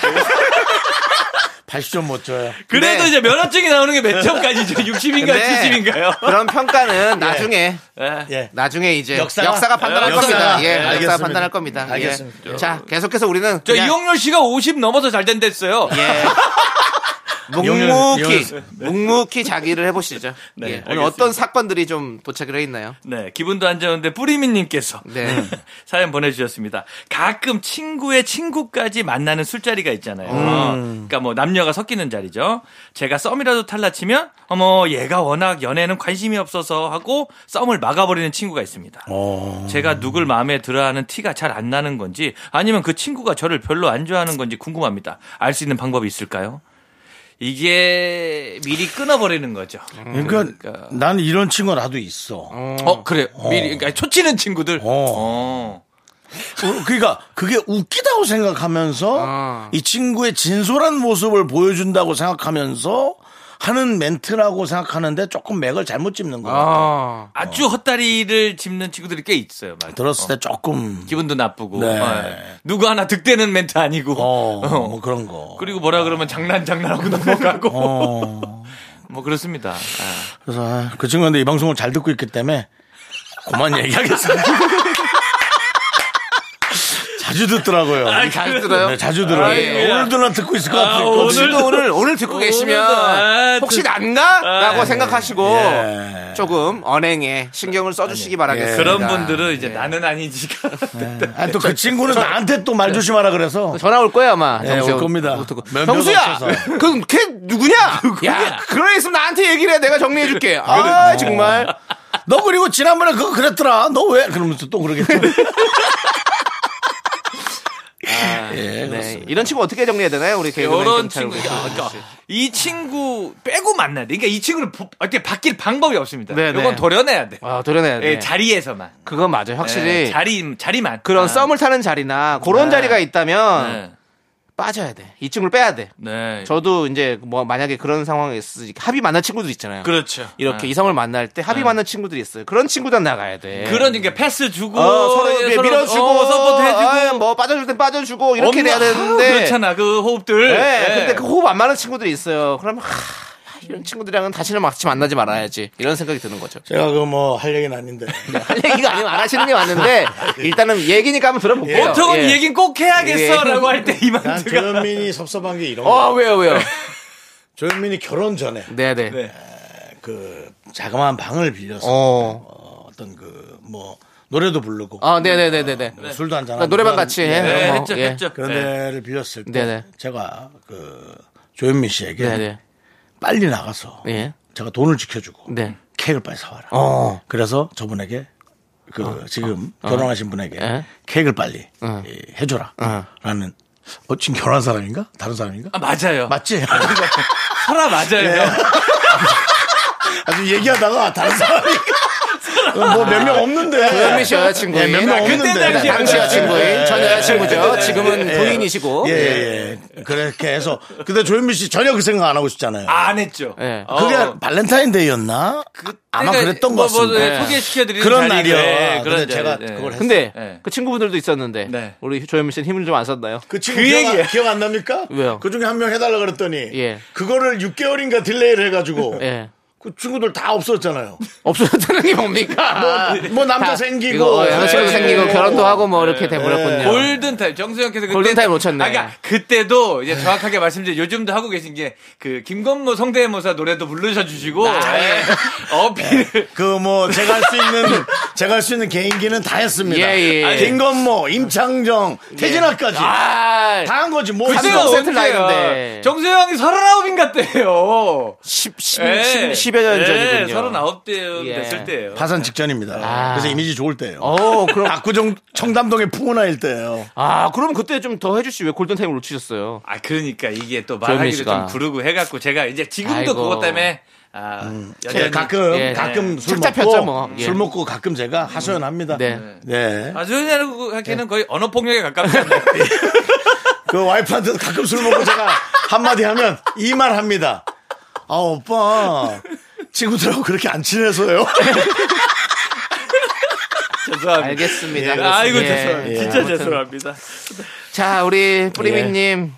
Speaker 1: 80점 못 줘요.
Speaker 7: 그래도
Speaker 2: 네.
Speaker 7: 이제 면허증이 나오는 게 몇 점까지죠?
Speaker 2: (laughs)
Speaker 7: 60인가
Speaker 2: 네.
Speaker 7: 70인가요?
Speaker 2: 그런 평가는 나중에
Speaker 1: 예.
Speaker 2: 나중에 이제
Speaker 1: 역사가-
Speaker 2: 역사가, 판단할
Speaker 1: 예, 역사가-
Speaker 2: 겁니다.
Speaker 1: 예,
Speaker 2: 예,
Speaker 1: 알겠습니다.
Speaker 2: 역사가 판단할 겁니다. 예.
Speaker 1: 알겠습니다.
Speaker 2: 자, 계속해서 우리는
Speaker 7: 저
Speaker 2: 그냥-
Speaker 7: 이용렬 씨가 50 넘어서 잘 된댔어요.
Speaker 2: 예.
Speaker 1: 용연-
Speaker 2: 묵묵히 묵묵히 자기를 해보시죠.
Speaker 7: 네,
Speaker 2: 예. 오늘
Speaker 7: 알겠습니다.
Speaker 2: 어떤 사건들이 좀 도착을 해 있나요?
Speaker 7: 네, 기분도 안 좋은데 뿌리민님께서
Speaker 2: 네.
Speaker 7: (laughs) 사연 보내주셨습니다. 가끔 친구의 친구까지 만나는 술자리가 있잖아요. 그러니까 뭐 남녀가 섞이는 자리죠. 제가 썸이라도 탈라치면 어머 얘가 워낙 연애는 관심이 없어서 하고 썸을 막아버리는 친구가 있습니다. 제가 누굴 마음에 들어하는 티가 잘 안 나는 건지 아니면 그 친구가 저를 별로 안 좋아하는 건지 궁금합니다. 알 수 있는 방법이 있을까요? 이게 미리 끊어버리는 거죠.
Speaker 1: 그러니까, 난 이런 친구 나도 있어. 어.
Speaker 7: 어 그래 미리 그러니까 초치는 친구들. 어.
Speaker 1: 그러니까 그게 웃기다고 생각하면서 이 친구의 진솔한 모습을 보여준다고 생각하면서 하는 멘트라고 생각하는데 조금 맥을 잘못 짚는 거예요.
Speaker 2: 아,
Speaker 7: 아주 헛다리를 짚는 친구들이 꽤 있어요. 맞아.
Speaker 1: 들었을
Speaker 7: 어.
Speaker 1: 때 조금
Speaker 7: 기분도 나쁘고
Speaker 1: 네.
Speaker 7: 어. 누구 하나 득대는 멘트 아니고
Speaker 1: 어,
Speaker 7: 어.
Speaker 1: 뭐 그런 거.
Speaker 7: 그리고 뭐라 그러면 장난 장난하고 넘어가고
Speaker 1: 어.
Speaker 7: (laughs) 뭐 그렇습니다. 아.
Speaker 1: 그래서 아, 그 친구가 근데 이 방송을 잘 듣고 있기 때문에
Speaker 2: (laughs)
Speaker 1: 그만 얘기하겠습니다. 자주 듣더라고요.
Speaker 2: 잘 들어요.
Speaker 1: 네, 자주 들어요.
Speaker 2: 아, 예.
Speaker 1: 오늘도나 듣고 있을 것 같아요.
Speaker 2: 오늘도 오늘 오늘 듣고 계시면
Speaker 7: 아,
Speaker 2: 혹시
Speaker 7: 듣-
Speaker 2: 난가라고 생각하시고
Speaker 1: 예.
Speaker 2: 조금 언행에 신경을 써주시기 바라겠습니다.
Speaker 7: 그런 분들은 이제 나는 아니지가
Speaker 2: 네.
Speaker 1: 아, 또 그 친구는 나한테 또 말 조심하라 그래서.
Speaker 2: 전화 올 거예요 아마.
Speaker 1: 네,
Speaker 2: 정수영
Speaker 1: 올 겁니다.
Speaker 2: 듣고.
Speaker 1: 면-
Speaker 2: 정수야,
Speaker 1: 면허 없어서.
Speaker 2: 그럼 걔
Speaker 7: (laughs)
Speaker 2: 누구냐? 야, 그래 있으면 나한테 얘기를 해. 내가 정리해줄게. 아, 정말.
Speaker 1: 너 그리고 지난번에 그거 그랬더라. 너 왜? 그러면서 또
Speaker 2: (laughs)
Speaker 1: 그러겠죠.
Speaker 2: 네, 이런 친구 어떻게 정리해야 되나요, 우리 개그맨
Speaker 7: 이런
Speaker 2: 경찰
Speaker 7: 예, 네, 친구
Speaker 2: 분들.
Speaker 7: 아, 그러니까 이 친구 빼고 만나야 돼. 그러니까 이 친구를 보- 어떻게 바뀔 방법이 없습니다.
Speaker 2: 네,
Speaker 7: 이건
Speaker 2: 네.
Speaker 7: 도려내야 돼.
Speaker 2: 아, 도려내야 돼.
Speaker 7: 예, 자리에서만
Speaker 2: 그건 맞아, 요 확실히.
Speaker 7: 예, 자리 자리만
Speaker 2: 그런
Speaker 7: 아.
Speaker 2: 썸을 타는 자리나 그런 자리가 있다면
Speaker 7: 네.
Speaker 2: 빠져야 돼. 이 친구를 빼야 돼.
Speaker 7: 네.
Speaker 2: 저도 이제 뭐 만약에 그런 상황에 있으니 합이 만난 친구들 있잖아요.
Speaker 7: 그렇죠.
Speaker 2: 이렇게
Speaker 7: 아.
Speaker 2: 이성을 만날 때 합이 맞는 친구들이 있어요. 그런 친구들은 나가야 돼.
Speaker 7: 그런 그러니까 패스 주고
Speaker 2: 예. 어, 서로
Speaker 7: 예,
Speaker 2: 이렇게 밀어주고
Speaker 7: 어, 서포트 해주고
Speaker 2: 아, 뭐 빠져줄 땐 빠져주고 이렇게 돼야
Speaker 7: 없는-
Speaker 2: 되는데
Speaker 7: 아, (laughs) 그렇잖아 그 호흡들.
Speaker 2: 네,
Speaker 7: 예.
Speaker 2: 근데 그 호흡 안 맞는 친구들이 있어요. 그러면 하, 이런 친구들이랑은 다시는 같이 만나지 말아야지 이런 생각이 드는 거죠.
Speaker 1: 제가 그 뭐 할 얘기는
Speaker 2: (laughs)
Speaker 1: 아닌데.
Speaker 2: 할 얘기가 (laughs) 아니면 안 하시는 게 맞는데 일단은 얘기니까 한번 들어볼게요.
Speaker 7: 보통은
Speaker 2: 예.
Speaker 7: 얘긴 꼭 해야겠어라고 할 때
Speaker 1: 난
Speaker 7: 이만트가
Speaker 1: 조현민이 섭섭한 게 이런 거.
Speaker 2: 어 왜요 왜요?
Speaker 1: 조현민이 결혼 전에
Speaker 2: 네네.
Speaker 7: 네.
Speaker 1: 그 자그마한 방을 빌려서
Speaker 2: 어.
Speaker 1: 어, 어떤 그 뭐 노래도 부르고 뭐
Speaker 2: 아 네네네네네.
Speaker 1: 술도 한잔
Speaker 2: 그러니까
Speaker 1: 하고
Speaker 2: 노래방 같이 해.
Speaker 7: 네,
Speaker 2: 어,
Speaker 7: 했죠
Speaker 2: 예.
Speaker 7: 했죠.
Speaker 1: 그런
Speaker 7: 네.
Speaker 1: 데를 빌렸을 때
Speaker 2: 네네.
Speaker 1: 제가 그 조현민 씨에게
Speaker 2: 네네.
Speaker 1: 빨리 나가서
Speaker 2: 예.
Speaker 1: 제가 돈을 지켜주고
Speaker 2: 네.
Speaker 1: 케이크를 빨리 사와라.
Speaker 2: 어.
Speaker 1: 그래서 저분에게 그 지금 결혼하신 분에게
Speaker 2: 예. 어.
Speaker 1: 케이크를 빨리 예, 해줘라. 라는 어 지금 결혼한
Speaker 2: 아,
Speaker 1: 사람인가? 다른 사람인가?
Speaker 7: 아 맞아요.
Speaker 2: 예.
Speaker 1: 맞지?
Speaker 7: 설아 맞아요.
Speaker 1: (laughs) 아주 얘기하다가 다른 사람이
Speaker 2: (laughs)
Speaker 1: 뭐 몇 명 없는데.
Speaker 2: 현미 씨 여자친구인.
Speaker 1: 예, 그렇죠. 몇명
Speaker 2: 그
Speaker 1: 없는데.
Speaker 7: 당시
Speaker 2: 당시 여자친구인. 전 여자친구죠. 지금은
Speaker 1: 예.
Speaker 2: 부인이시고.
Speaker 1: 예, 예, 예. 그렇게 해서. 근데 조현미 씨 전혀 그 생각 안 하고 싶잖아요.
Speaker 7: 안 했죠.
Speaker 2: 예.
Speaker 7: 어.
Speaker 1: 그게 발렌타인데이였나? 아마
Speaker 7: 그러니까
Speaker 1: 그랬던
Speaker 7: 뭐,
Speaker 1: 것 같습니다.
Speaker 2: 예.
Speaker 1: 예.
Speaker 7: 뭐, 소개시켜드리는
Speaker 1: 그런
Speaker 7: 자리고,
Speaker 1: 날이요.
Speaker 7: 예,
Speaker 1: 근데
Speaker 7: 그런
Speaker 1: 제가
Speaker 7: 자리, 예.
Speaker 1: 그걸 했어요.
Speaker 2: 근데
Speaker 7: 네.
Speaker 2: 그 친구분들도 있었는데
Speaker 7: 네.
Speaker 2: 우리 조현미 씨는 힘을 좀 안 썼나요?
Speaker 1: 그 친구 기억, 안-
Speaker 7: 얘기야.
Speaker 1: 기억 안 납니까?
Speaker 2: 왜요?
Speaker 1: 그 중에 한 명 해달라 그랬더니
Speaker 2: 예.
Speaker 1: 그거를 6개월인가 딜레이를 해가지고
Speaker 2: (laughs) 예.
Speaker 1: 그 친구들 다 없어졌잖아요.
Speaker 2: 없어졌다는 게 뭡니까?
Speaker 1: 뭐, 뭐 남자 생기고
Speaker 2: 이거 어,
Speaker 7: 네.
Speaker 2: 여자친구
Speaker 1: 예.
Speaker 2: 생기고 결혼도 하고 뭐 이렇게 돼버렸군요.
Speaker 7: 골든타임 정수영께서 그때
Speaker 2: 골든타임 놓쳤네.
Speaker 7: 아, 그러니까 그때도 이제 정확하게 말씀드려 요즘도 하고 계신 게 그 김건모 성대모사 노래도 부르셔 주시고
Speaker 2: 네.
Speaker 7: 예. (laughs) 어필을
Speaker 1: 그 뭐 제가 할 수 있는 제가 할 수 있는 개인기는 다 했습니다.
Speaker 2: 예, 예.
Speaker 1: 김건모, 임창정, 태진아까지
Speaker 2: 아,
Speaker 1: 다 한 거지 뭐.
Speaker 2: 글쎄요.
Speaker 1: 있어.
Speaker 2: 센트 나이던데.
Speaker 7: 정수영이 서른아홉인 같대요.
Speaker 2: 10,
Speaker 7: 예.
Speaker 2: 10, 10여 년
Speaker 7: 예,
Speaker 2: 전이군요.
Speaker 7: 서른아홉 대
Speaker 2: 예.
Speaker 7: 됐을 때예요.
Speaker 1: 그렇죠. 파산 직전입니다. 그래서 이미지 좋을 때예요.
Speaker 2: 아. 어, 그럼
Speaker 1: 압구정 청담동의 푸은아일 때예요.
Speaker 2: 아, 그럼 그때 좀 더 해주시 왜 골든 타임을 놓치셨어요?
Speaker 7: 아 그러니까 이게 또
Speaker 2: 조현민
Speaker 7: 말하기도
Speaker 2: 씨가.
Speaker 7: 좀 구르고 해갖고 제가 이제 지금도
Speaker 2: 아이고. 음.
Speaker 7: 그것 때문에 아 여전히
Speaker 1: 예, 가끔
Speaker 2: 예,
Speaker 1: 가끔 술
Speaker 2: 책 잡혔죠,
Speaker 1: 먹고
Speaker 2: 뭐. 예.
Speaker 1: 술 먹고 가끔 제가 하소연합니다.
Speaker 2: 네.
Speaker 1: 네.
Speaker 7: 아조현고
Speaker 2: 예.
Speaker 7: 하기는 거의 언어 폭력에
Speaker 2: (laughs)
Speaker 7: 가깝다.
Speaker 1: 그 와이프한테 가끔 술 먹고 제가 한마디 하면 이 말 합니다. 아, 오빠. 친구들하고 그렇게 안
Speaker 2: (laughs)
Speaker 1: 친해서요.
Speaker 7: 죄송합니다.
Speaker 2: 알겠습니다.
Speaker 7: 아이고
Speaker 2: 예,
Speaker 7: 죄송합니다.
Speaker 2: 예,
Speaker 7: 진짜
Speaker 2: 아무튼.
Speaker 7: 죄송합니다.
Speaker 2: 자, 우리 뿌리미님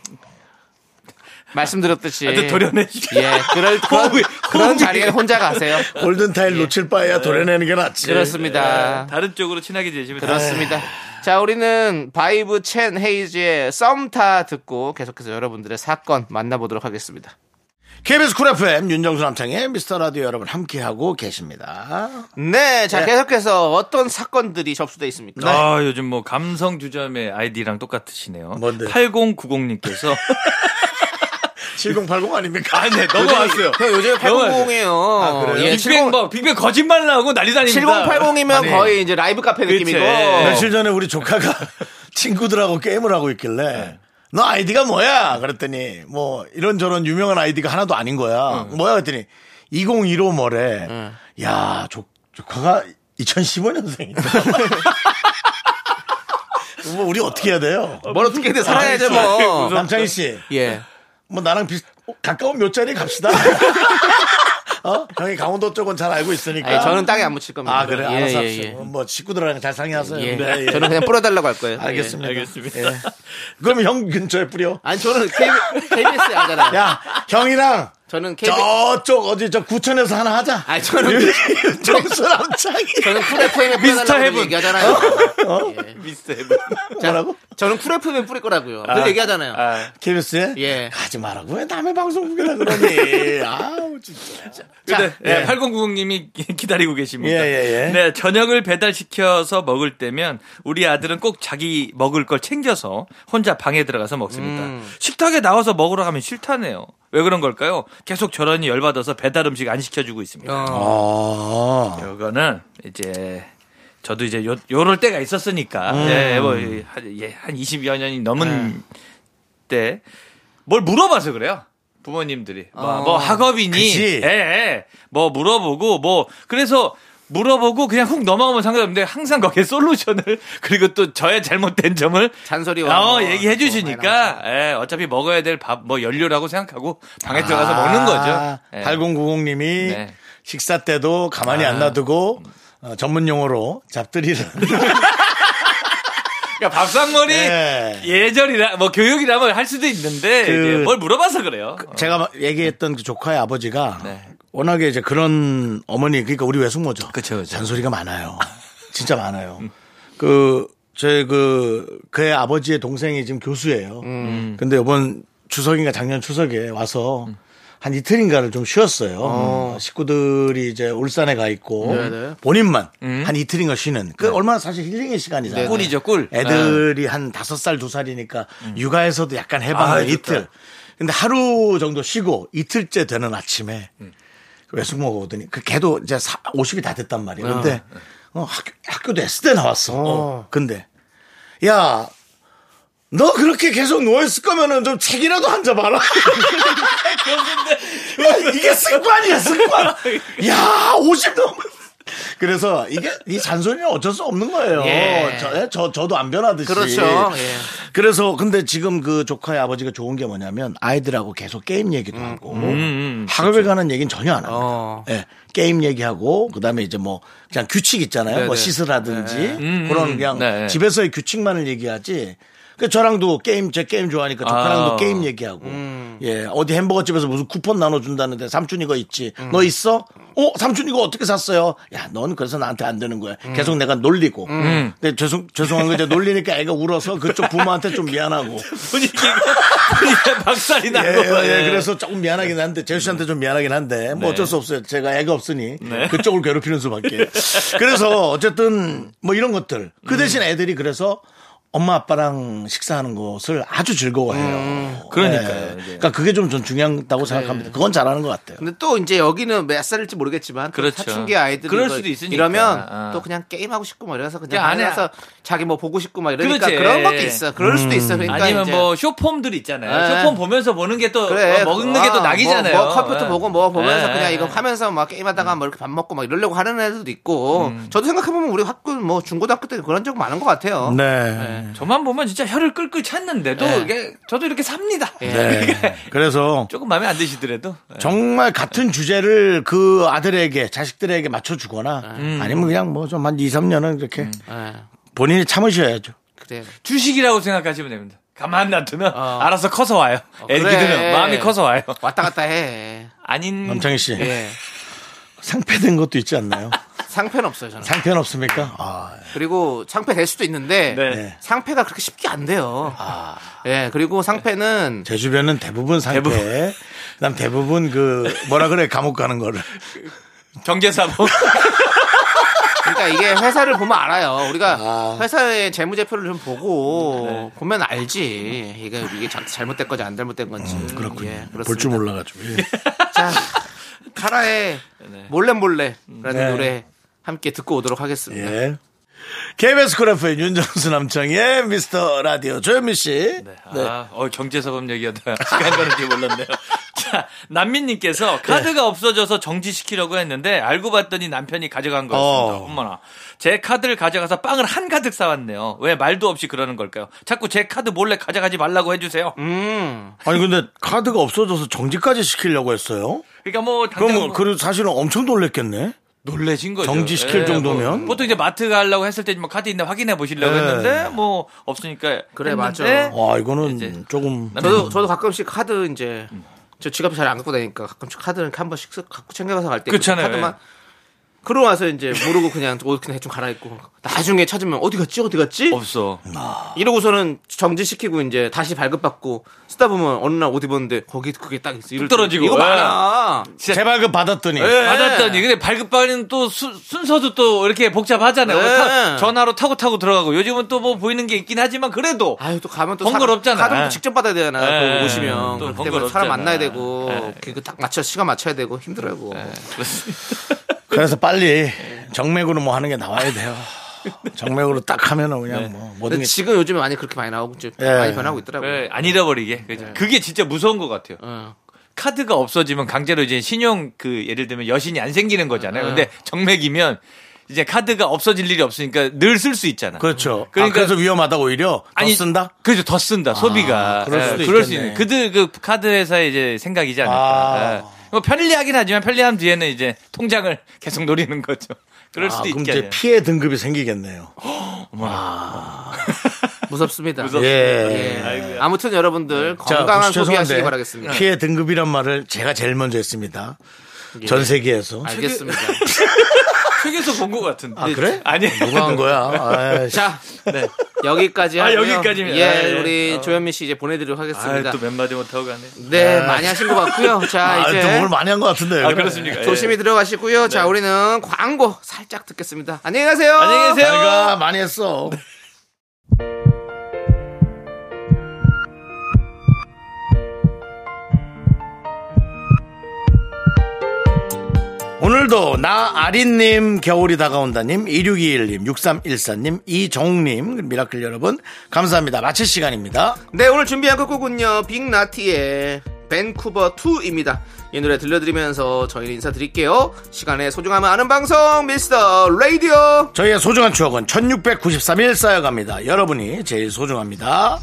Speaker 2: 말씀드렸듯이
Speaker 7: 예. 아무튼 도려내시고
Speaker 2: 예, 그럴 그런,
Speaker 7: 호흡이-
Speaker 2: 그런
Speaker 7: 호흡이-
Speaker 2: 자리에 혼자 가세요. 예.
Speaker 1: 골든타일 놓칠 바에야 도려내는 게 낫지.
Speaker 2: 그렇습니다.
Speaker 7: 예, 다른 쪽으로 친하게 지내시면
Speaker 2: 그렇습니다. 자, 우리는 바이브 첸 헤이즈의 썸타 듣고 계속해서 여러분들의 사건 만나보도록 하겠습니다.
Speaker 1: KBS 쿨 FM 윤정수 남창의 미스터 라디오 여러분 함께하고 계십니다.
Speaker 2: 네, 자, 계속해서 어떤 사건들이 접수돼 있습니까?
Speaker 1: 네.
Speaker 7: 아, 요즘 뭐 감성 주점의 아이디랑 똑같으시네요.
Speaker 1: 뭔데요?
Speaker 2: (laughs)
Speaker 7: 8090님께서
Speaker 1: 7080 아닙니까?
Speaker 2: 네.
Speaker 7: 아니, 넘어왔어요.
Speaker 2: 형, 요즘에 아, 8080이에요.
Speaker 1: 아, 그래요?
Speaker 2: 예,
Speaker 7: 빅뱅 뭐 빅뱅 거짓말 나오고 난리 다닙니다.
Speaker 2: 7080이면
Speaker 1: 아니.
Speaker 2: 거의 이제 라이브 카페
Speaker 7: 그치.
Speaker 2: 느낌이고.
Speaker 1: 며칠
Speaker 2: 어.
Speaker 1: 전에 우리 조카가 (laughs) 친구들하고 게임을 하고 있길래
Speaker 2: 네.
Speaker 1: 너 아이디가 뭐야? 그랬더니 뭐 이런저런 유명한 아이디가 하나도 아닌 거야. 뭐야? 그랬더니 2015 뭐래. 야, 조, 조카가
Speaker 2: (laughs)
Speaker 1: 2015년생이다. 뭐 우리 어떻게 해야 돼요?
Speaker 2: 뭘 어떻게든 살아야죠, 뭐.
Speaker 1: 남창희 씨.
Speaker 2: 예.
Speaker 1: 뭐 나랑 비슷 어, 가까운 몇 자리
Speaker 2: (laughs)
Speaker 1: 갑시다. 어? 형이 강원도 쪽은 잘 알고 있으니까.
Speaker 2: 아니, 저는 땅에 안 묻힐 겁니다.
Speaker 1: 아, 그래.
Speaker 2: 예,
Speaker 1: 알아서
Speaker 2: 예,
Speaker 1: 합시다.
Speaker 2: 예.
Speaker 1: 뭐 식구들이랑 잘 상의하세요.
Speaker 2: 예.
Speaker 1: 네, 예.
Speaker 2: 저는 그냥 뿌려달라고 할 거예요.
Speaker 1: 알겠습니다.
Speaker 7: 알겠습니다.
Speaker 1: 예. 그럼 형 근처에 뿌려.
Speaker 2: 예. 아니, 저는 KBS 하잖아요.
Speaker 1: 야, 형이랑
Speaker 7: (laughs)
Speaker 2: 저는 KBS.
Speaker 1: 저쪽 어디 저 구천에서 하나 하자. (laughs)
Speaker 2: 아니, 저는-
Speaker 7: 네.
Speaker 1: 정수
Speaker 7: (laughs)
Speaker 1: 남창이.
Speaker 2: 저는 쿨 FM에
Speaker 7: 미스터
Speaker 2: 뿌려달라고
Speaker 7: 헤븐.
Speaker 2: 얘기하잖아요.
Speaker 7: 미스터
Speaker 1: (laughs)
Speaker 7: 헤븐.
Speaker 1: 뭐라고?
Speaker 2: 저는 쿨 FM에 뿌릴 거라고요. 늘 얘기하잖아요.
Speaker 7: 아,
Speaker 1: KBS에?
Speaker 2: 예.
Speaker 1: 하지 말라고 왜 남의 방송국이라
Speaker 7: (laughs) 네.
Speaker 1: 그러니. 아우, 진짜.
Speaker 7: 근데
Speaker 1: 예.
Speaker 7: 8090님이 (laughs) 기다리고 계십니다.
Speaker 1: 예, 예, 예.
Speaker 7: 네, 저녁을 배달시켜서 먹을 때면 우리 아들은 꼭 자기 먹을 걸 챙겨서 혼자 방에 들어가서 먹습니다.
Speaker 1: 음.
Speaker 7: 식탁에 나와서 먹으러 가면 싫다네요. 왜 그런 걸까요? 계속 저런이 열받아서 배달 음식 안 시켜주고 있습니다.
Speaker 1: 아.
Speaker 7: 이거는 이제 저도 이제 요, 요럴 때가 있었으니까
Speaker 2: 음.
Speaker 7: 예, 뭐, 이- 한, 예, 한 20여 년이 넘은
Speaker 2: 네.
Speaker 7: 때 뭘 물어봐서 그래요. 부모님들이 뭐,
Speaker 2: 어,
Speaker 7: 뭐 학업이니
Speaker 1: 그치.
Speaker 7: 예, 예. 뭐 물어보고 뭐 그래서 물어보고 그냥 훅 넘어가면 상관없는데 항상 거기에 솔루션을 (laughs) 그리고 또 저의 잘못된 점을
Speaker 2: 잔소리와
Speaker 7: 어,
Speaker 2: 뭐
Speaker 7: 얘기해
Speaker 2: 뭐
Speaker 7: 주시니까 예, 어차피 먹어야 될 밥 뭐 연료라고 생각하고
Speaker 2: 아,
Speaker 7: 방에 들어가서 먹는 거죠. 예.
Speaker 1: 아, 8090님이
Speaker 7: 네. 아.
Speaker 1: 식사 때도 가만히 안 놔두고 어, 전문 용어로 잡들이를.
Speaker 7: (laughs) 그러니까 밥상머리
Speaker 2: 네.
Speaker 1: 예.
Speaker 7: 예절이라 뭐 교육이라면 할 수도 있는데
Speaker 1: 그-
Speaker 7: 이제 뭘 물어봐서 그래요.
Speaker 1: 제가 막 얘기했던 그 조카의 아버지가
Speaker 7: 네.
Speaker 1: 워낙에 이제 그런 어머니 그러니까 우리 외숙모죠.
Speaker 7: 그쵸, 음. 그쵸. (laughs)
Speaker 1: 잔소리가 많아요. 진짜 많아요. 그 저희 그 그의 아버지의 동생이 지금 교수예요.
Speaker 7: 음.
Speaker 1: 근데 이번 추석인가 작년 추석에 와서
Speaker 7: 음.
Speaker 1: 한 이틀인가를 좀 쉬었어요. 음. 식구들이 이제 울산에 가 있고
Speaker 7: 네,
Speaker 1: 본인만
Speaker 7: 음.
Speaker 1: 한 이틀인가 쉬는 그 얼마나 사실 힐링의 시간이잖아요.
Speaker 7: 꿀이죠, 꿀.
Speaker 1: 애들이 한 다섯 살, 두 살이니까 육아에서도 약간 해방된
Speaker 7: 아, 좋다.
Speaker 1: 이틀. 근데 하루 정도 쉬고 이틀째 되는 아침에
Speaker 7: 음.
Speaker 1: 외숙모가 오더니 그 걔도 이제 사, 50이 다 됐단 말이에요.
Speaker 7: 아.
Speaker 1: 근데 어, 학교, 학교도 S대 나왔어. 어. 근데 야 너 그렇게 계속 누워있을 거면은 좀 책이라도
Speaker 2: (laughs)
Speaker 1: 앉아봐라. 야, 이게 습관이야,
Speaker 2: (laughs)
Speaker 1: 습관. 야, 50 넘은. 그래서 이게 이 잔소리는 어쩔 수 없는 거예요.
Speaker 2: 예.
Speaker 1: 저, 저, 저도 안 변하듯이.
Speaker 2: 그렇죠. 예.
Speaker 1: 그래서 근데 지금 그 조카의 아버지가 좋은 게 뭐냐면 아이들하고 계속 게임 얘기도
Speaker 2: 음,
Speaker 1: 하고 학업에 관한 얘기는 전혀 안 합니다.
Speaker 2: 어.
Speaker 1: 예, 게임 얘기하고 그다음에 이제 뭐 그냥 규칙 있잖아요. 뭐
Speaker 2: 네네. 음,
Speaker 1: 씻으라든지 그런 그냥
Speaker 7: 네.
Speaker 1: 집에서의 규칙만을 얘기하지. 그 저랑도 게임 제 게임 좋아하니까 조카랑도
Speaker 7: 아. 음.
Speaker 1: 게임 얘기하고 예 어디 햄버거 집에서 무슨 쿠폰 나눠준다는데 삼촌 이거 있지
Speaker 7: 음.
Speaker 1: 너 있어? 어 삼촌 이거 어떻게 샀어요? 야 넌 그래서 나한테 안 되는 거야.
Speaker 7: 음.
Speaker 1: 계속 내가 놀리고. 근데 죄송 죄송한 거 이제 놀리니까 애가 울어서 그쪽 부모한테 좀 미안하고.
Speaker 7: 분위기가 분위기가 (laughs) 박살이 난
Speaker 1: 예,
Speaker 7: 거예요.
Speaker 1: 예, 그래서 조금 미안하긴 한데 제수 씨한테 좀 미안하긴 한데
Speaker 7: 네.
Speaker 1: 뭐 어쩔 수 없어요. 제가 애가 없으니 그쪽을
Speaker 7: (laughs)
Speaker 1: 괴롭히는 수밖에. 그래서 어쨌든 뭐 이런 것들 그 대신 애들이 그래서 엄마 아빠랑 식사하는 것을 아주 즐거워해요.
Speaker 7: 음, 그러니까요. 네.
Speaker 1: 예. 그러니까 그게 좀 전 중요하다고 생각합니다. 그건 잘하는 것 같아요.
Speaker 2: 근데 또 이제 여기는 몇 살일지 모르겠지만 또
Speaker 7: 그렇죠.
Speaker 2: 사춘기 아이들
Speaker 7: 그럴 수도 있으니까.
Speaker 2: 이러면
Speaker 7: 아.
Speaker 2: 또 그냥 게임하고 싶고 막 이래서
Speaker 7: 그냥
Speaker 2: 그냥
Speaker 7: 안 해.
Speaker 2: 안에서 자기 뭐 보고 싶고 막 이러니까
Speaker 7: 그렇지. 음.
Speaker 2: 그런 것도 있어. 그럴 수도 있어. 그러니까
Speaker 7: 아니면
Speaker 2: 이제
Speaker 7: 뭐 쇼폼들 있잖아요.
Speaker 2: 네.
Speaker 7: 쇼폼 보면서 보는 게 또뭐
Speaker 2: 그래
Speaker 7: 먹는 게 또
Speaker 2: 아,
Speaker 7: 낙이잖아요.
Speaker 2: 뭐, 뭐 컴퓨터
Speaker 7: 예.
Speaker 2: 보고 뭐 보면서
Speaker 7: 예.
Speaker 2: 그냥 이거 하면서 막 게임하다가 뭐 이렇게 밥 먹고 막 이러려고 하는 애들도 있고.
Speaker 7: 음.
Speaker 2: 저도 생각해 보면 우리 학교 뭐 중고등학교 때 그런 적 많은 것 같아요.
Speaker 1: 네.
Speaker 7: 저만 보면 진짜 혀를 끌끌 찼는데도 이게 저도 이렇게 삽니다.
Speaker 2: 예.
Speaker 1: 네. 그래서
Speaker 7: 조금 마음에 안 드시더라도 예.
Speaker 1: 정말 같은 주제를 그 아들에게 자식들에게 맞춰주거나
Speaker 7: 음.
Speaker 1: 아니면 그냥 뭐 좀 한 2, 3년은 이렇게
Speaker 2: 예,
Speaker 1: 본인이 참으셔야죠.
Speaker 2: 그래요.
Speaker 7: 주식이라고 생각하시면 됩니다. 가만 놔두면 알아서 커서 와요. 애기들은
Speaker 2: 그래.
Speaker 7: 마음이 커서 와요.
Speaker 2: 왔다 갔다 해.
Speaker 7: 어, 아닌
Speaker 1: 남창희 씨
Speaker 7: 네. (laughs)
Speaker 2: 예.
Speaker 1: 상패된 것도 있지 않나요?
Speaker 2: 상패는 없어요, 저는.
Speaker 1: (laughs) 상패는 없습니까? 아,
Speaker 2: 그리고 상패 될 수도 있는데
Speaker 7: 네.
Speaker 1: 네. 아.
Speaker 2: 상패가 그렇게 쉽게 안 돼요. 예, 그리고 상패는
Speaker 1: 제 주변은 대부분 상패. 난 대부분 그 뭐라 그래 감옥 가는 거를.
Speaker 7: 경제사범
Speaker 2: 그러니까 이게 회사를 보면 알아요. 우리가 회사의 재무제표를 좀 보고
Speaker 1: 네.
Speaker 2: 보면 알지. 이게 이게 자- 잘못된 건지 안 잘못된 건지.
Speaker 1: 음, 그렇군요.
Speaker 2: 예,
Speaker 1: 볼 줄
Speaker 2: 그렇습니다.
Speaker 1: 몰라가지고. 예.
Speaker 2: 자, 카라의 몰래 몰래라는
Speaker 1: 네.
Speaker 2: 노래 함께 듣고 오도록 하겠습니다.
Speaker 1: 예. KBS 크래프의 윤정수 남창의 미스터 라디오 조현미 씨. 네.
Speaker 7: 아, 어, 경제사범 얘기하다 (laughs) 시간 가는 줄 몰랐네요. (laughs) 자, 남민님께서
Speaker 1: 네.
Speaker 7: 카드가 없어져서 정지시키려고 했는데 알고 봤더니 남편이 가져간 거였습니다.
Speaker 1: 어.
Speaker 7: 어머나. 제 카드를 가져가서 빵을 한 가득 사왔네요. 왜 말도 없이 그러는 걸까요? 자꾸 제 카드 몰래 가져가지 말라고 해주세요.
Speaker 2: 음,
Speaker 1: 아니 근데 카드가 없어져서 정지까지 시키려고 했어요.
Speaker 7: 그러니까 뭐
Speaker 1: 그럼
Speaker 7: 당장
Speaker 1: 뭐, 그 사실은 엄청 놀랬겠네.
Speaker 7: 놀래신 거죠.
Speaker 1: 정지시킬
Speaker 7: 예,
Speaker 1: 정도면?
Speaker 7: 뭐, 보통 이제 마트 가려고 했을 때 뭐 카드 있나 확인해 보시려고
Speaker 1: 예.
Speaker 7: 했는데 뭐 없으니까
Speaker 2: 그래,
Speaker 7: 했는데
Speaker 2: 맞아.
Speaker 1: 와 이거는
Speaker 7: 이제
Speaker 1: 조금
Speaker 7: 음.
Speaker 2: 저도 저도 가끔씩 카드 이제 저 지갑 잘 안 갖고 다니까 가끔씩 카드는 이렇게 한 번씩 쓱 갖고 챙겨가서 갈때
Speaker 7: 그렇잖아요.
Speaker 2: 카드만 그러고 와서 이제 모르고 그냥 (laughs) 옷 그냥 대충 갈아입고 나중에 찾으면 어디 갔지 어디 갔지
Speaker 7: 없어.
Speaker 2: 이러고서는 정지시키고 이제 다시 발급받고 쓰다 보면 어느 날 옷 입었는데 거기 그게 딱 있어 이럴 때
Speaker 7: 떨어지고.
Speaker 2: 이거
Speaker 7: 예.
Speaker 2: 많아
Speaker 1: 제발 그 받았더니
Speaker 2: 예.
Speaker 7: 받았더니 근데 발급받는 또 수- 순서도 또 이렇게 복잡하잖아요.
Speaker 2: 네.
Speaker 7: 타- 전화로 타고 타고 들어가고 요즘은 또 뭐 보이는 게 있긴 하지만 그래도
Speaker 2: 아유 또 가면 또
Speaker 7: 번거롭잖아.
Speaker 2: 사- 카드도 직접 받아야 되나
Speaker 7: 예.
Speaker 2: 또 오시면
Speaker 7: 또
Speaker 2: 그렇기 때문에
Speaker 7: 번거롭잖아.
Speaker 2: 사람 만나야 되고
Speaker 7: 예.
Speaker 2: 그딱 맞춰 시간 맞춰야 되고 힘들어요 그거.
Speaker 1: 그래서 빨리 정맥으로 뭐 하는 게 나와야 돼요. 정맥으로 딱 하면은 그냥 뭐 모든 게
Speaker 2: 근데 지금 요즘에 많이 그렇게 많이 나오고 좀
Speaker 1: 예.
Speaker 2: 많이 변하고 있더라고요.
Speaker 7: 예, 안 잃어버리게. 그죠? 그게 진짜 무서운 것 같아요.
Speaker 2: 어.
Speaker 7: 카드가 없어지면 강제로 이제 신용 그 예를 들면 여신이 안 생기는
Speaker 2: 예.
Speaker 7: 거잖아요. 근데 정맥이면 이제 카드가 없어질 일이 없으니까 늘 쓸 수 있잖아.
Speaker 1: 그렇죠. 그
Speaker 7: 그러니까-
Speaker 1: 래서 위험하다 오히려 더 쓴다. 아,
Speaker 7: 그죠. 그렇죠. 더 쓴다. 소비가.
Speaker 1: 그럴
Speaker 7: 예,
Speaker 1: 수도
Speaker 7: 그럴 수
Speaker 1: 있겠네.
Speaker 7: 있는. 그들 그 카드 회사의 이제 생각이지 않을까.
Speaker 1: 아.
Speaker 7: 예. 뭐 편리하긴 하지만 편리함 뒤에는 이제 통장을 (laughs) 계속 노리는 거죠. 그럴
Speaker 1: 아,
Speaker 7: 수도
Speaker 1: 그럼
Speaker 7: 있겠네요.
Speaker 1: 이제 피해 등급이 생기겠네요.
Speaker 2: 어, 무섭습니다.
Speaker 7: 네,
Speaker 1: 예.
Speaker 2: 예. 아무튼 여러분들
Speaker 1: 자,
Speaker 2: 건강한
Speaker 1: 혹시 죄송한데
Speaker 2: 소비하시기 바라겠습니다.
Speaker 1: 피해 등급이란 말을 제가 제일 먼저 했습니다.
Speaker 2: 예.
Speaker 1: 전 세계에서.
Speaker 2: 알겠습니다.
Speaker 7: 책에서 본 것 같은데.
Speaker 1: 아, 그래?
Speaker 7: 아니.
Speaker 1: 누가 한 거야? 아이씨.
Speaker 2: (laughs) 자, 네. 여기까지
Speaker 7: 아,
Speaker 2: 하고요.
Speaker 7: 여기까지입니다.
Speaker 2: 예,
Speaker 7: 아, 예.
Speaker 2: 우리 조현민 씨 이제 보내드리도록 하겠습니다.
Speaker 7: 아, 또몇 아. 마디 못하고 가네.
Speaker 2: 네, 많이 하신 것 같고요. 자,
Speaker 1: 아,
Speaker 2: 이제
Speaker 1: 또뭘 많이 한 것 같은데.
Speaker 7: 아, 그렇습니까?
Speaker 1: 네,
Speaker 7: 예. 네.
Speaker 2: 조심히 들어가시고요. 자, 우리는 광고 살짝 듣겠습니다. 안녕히 가세요.
Speaker 7: 안녕히 계세요.
Speaker 1: 내가 많이 했어. 오늘도 나 아린님, 겨울이 다가온다님, 2621님, 6314님, 이정님, 미라클 여러분, 감사합니다. 마칠 시간입니다.
Speaker 2: 네, 오늘 준비한 끝곡은요. 빅나티의 밴쿠버 2입니다. 이 노래 들려드리면서 저희는 인사드릴게요. 시간의 소중함을 아는 방송 미스터 라디오.
Speaker 1: 저희의 소중한 추억은 1693일 쌓여갑니다. 여러분이 제일 소중합니다.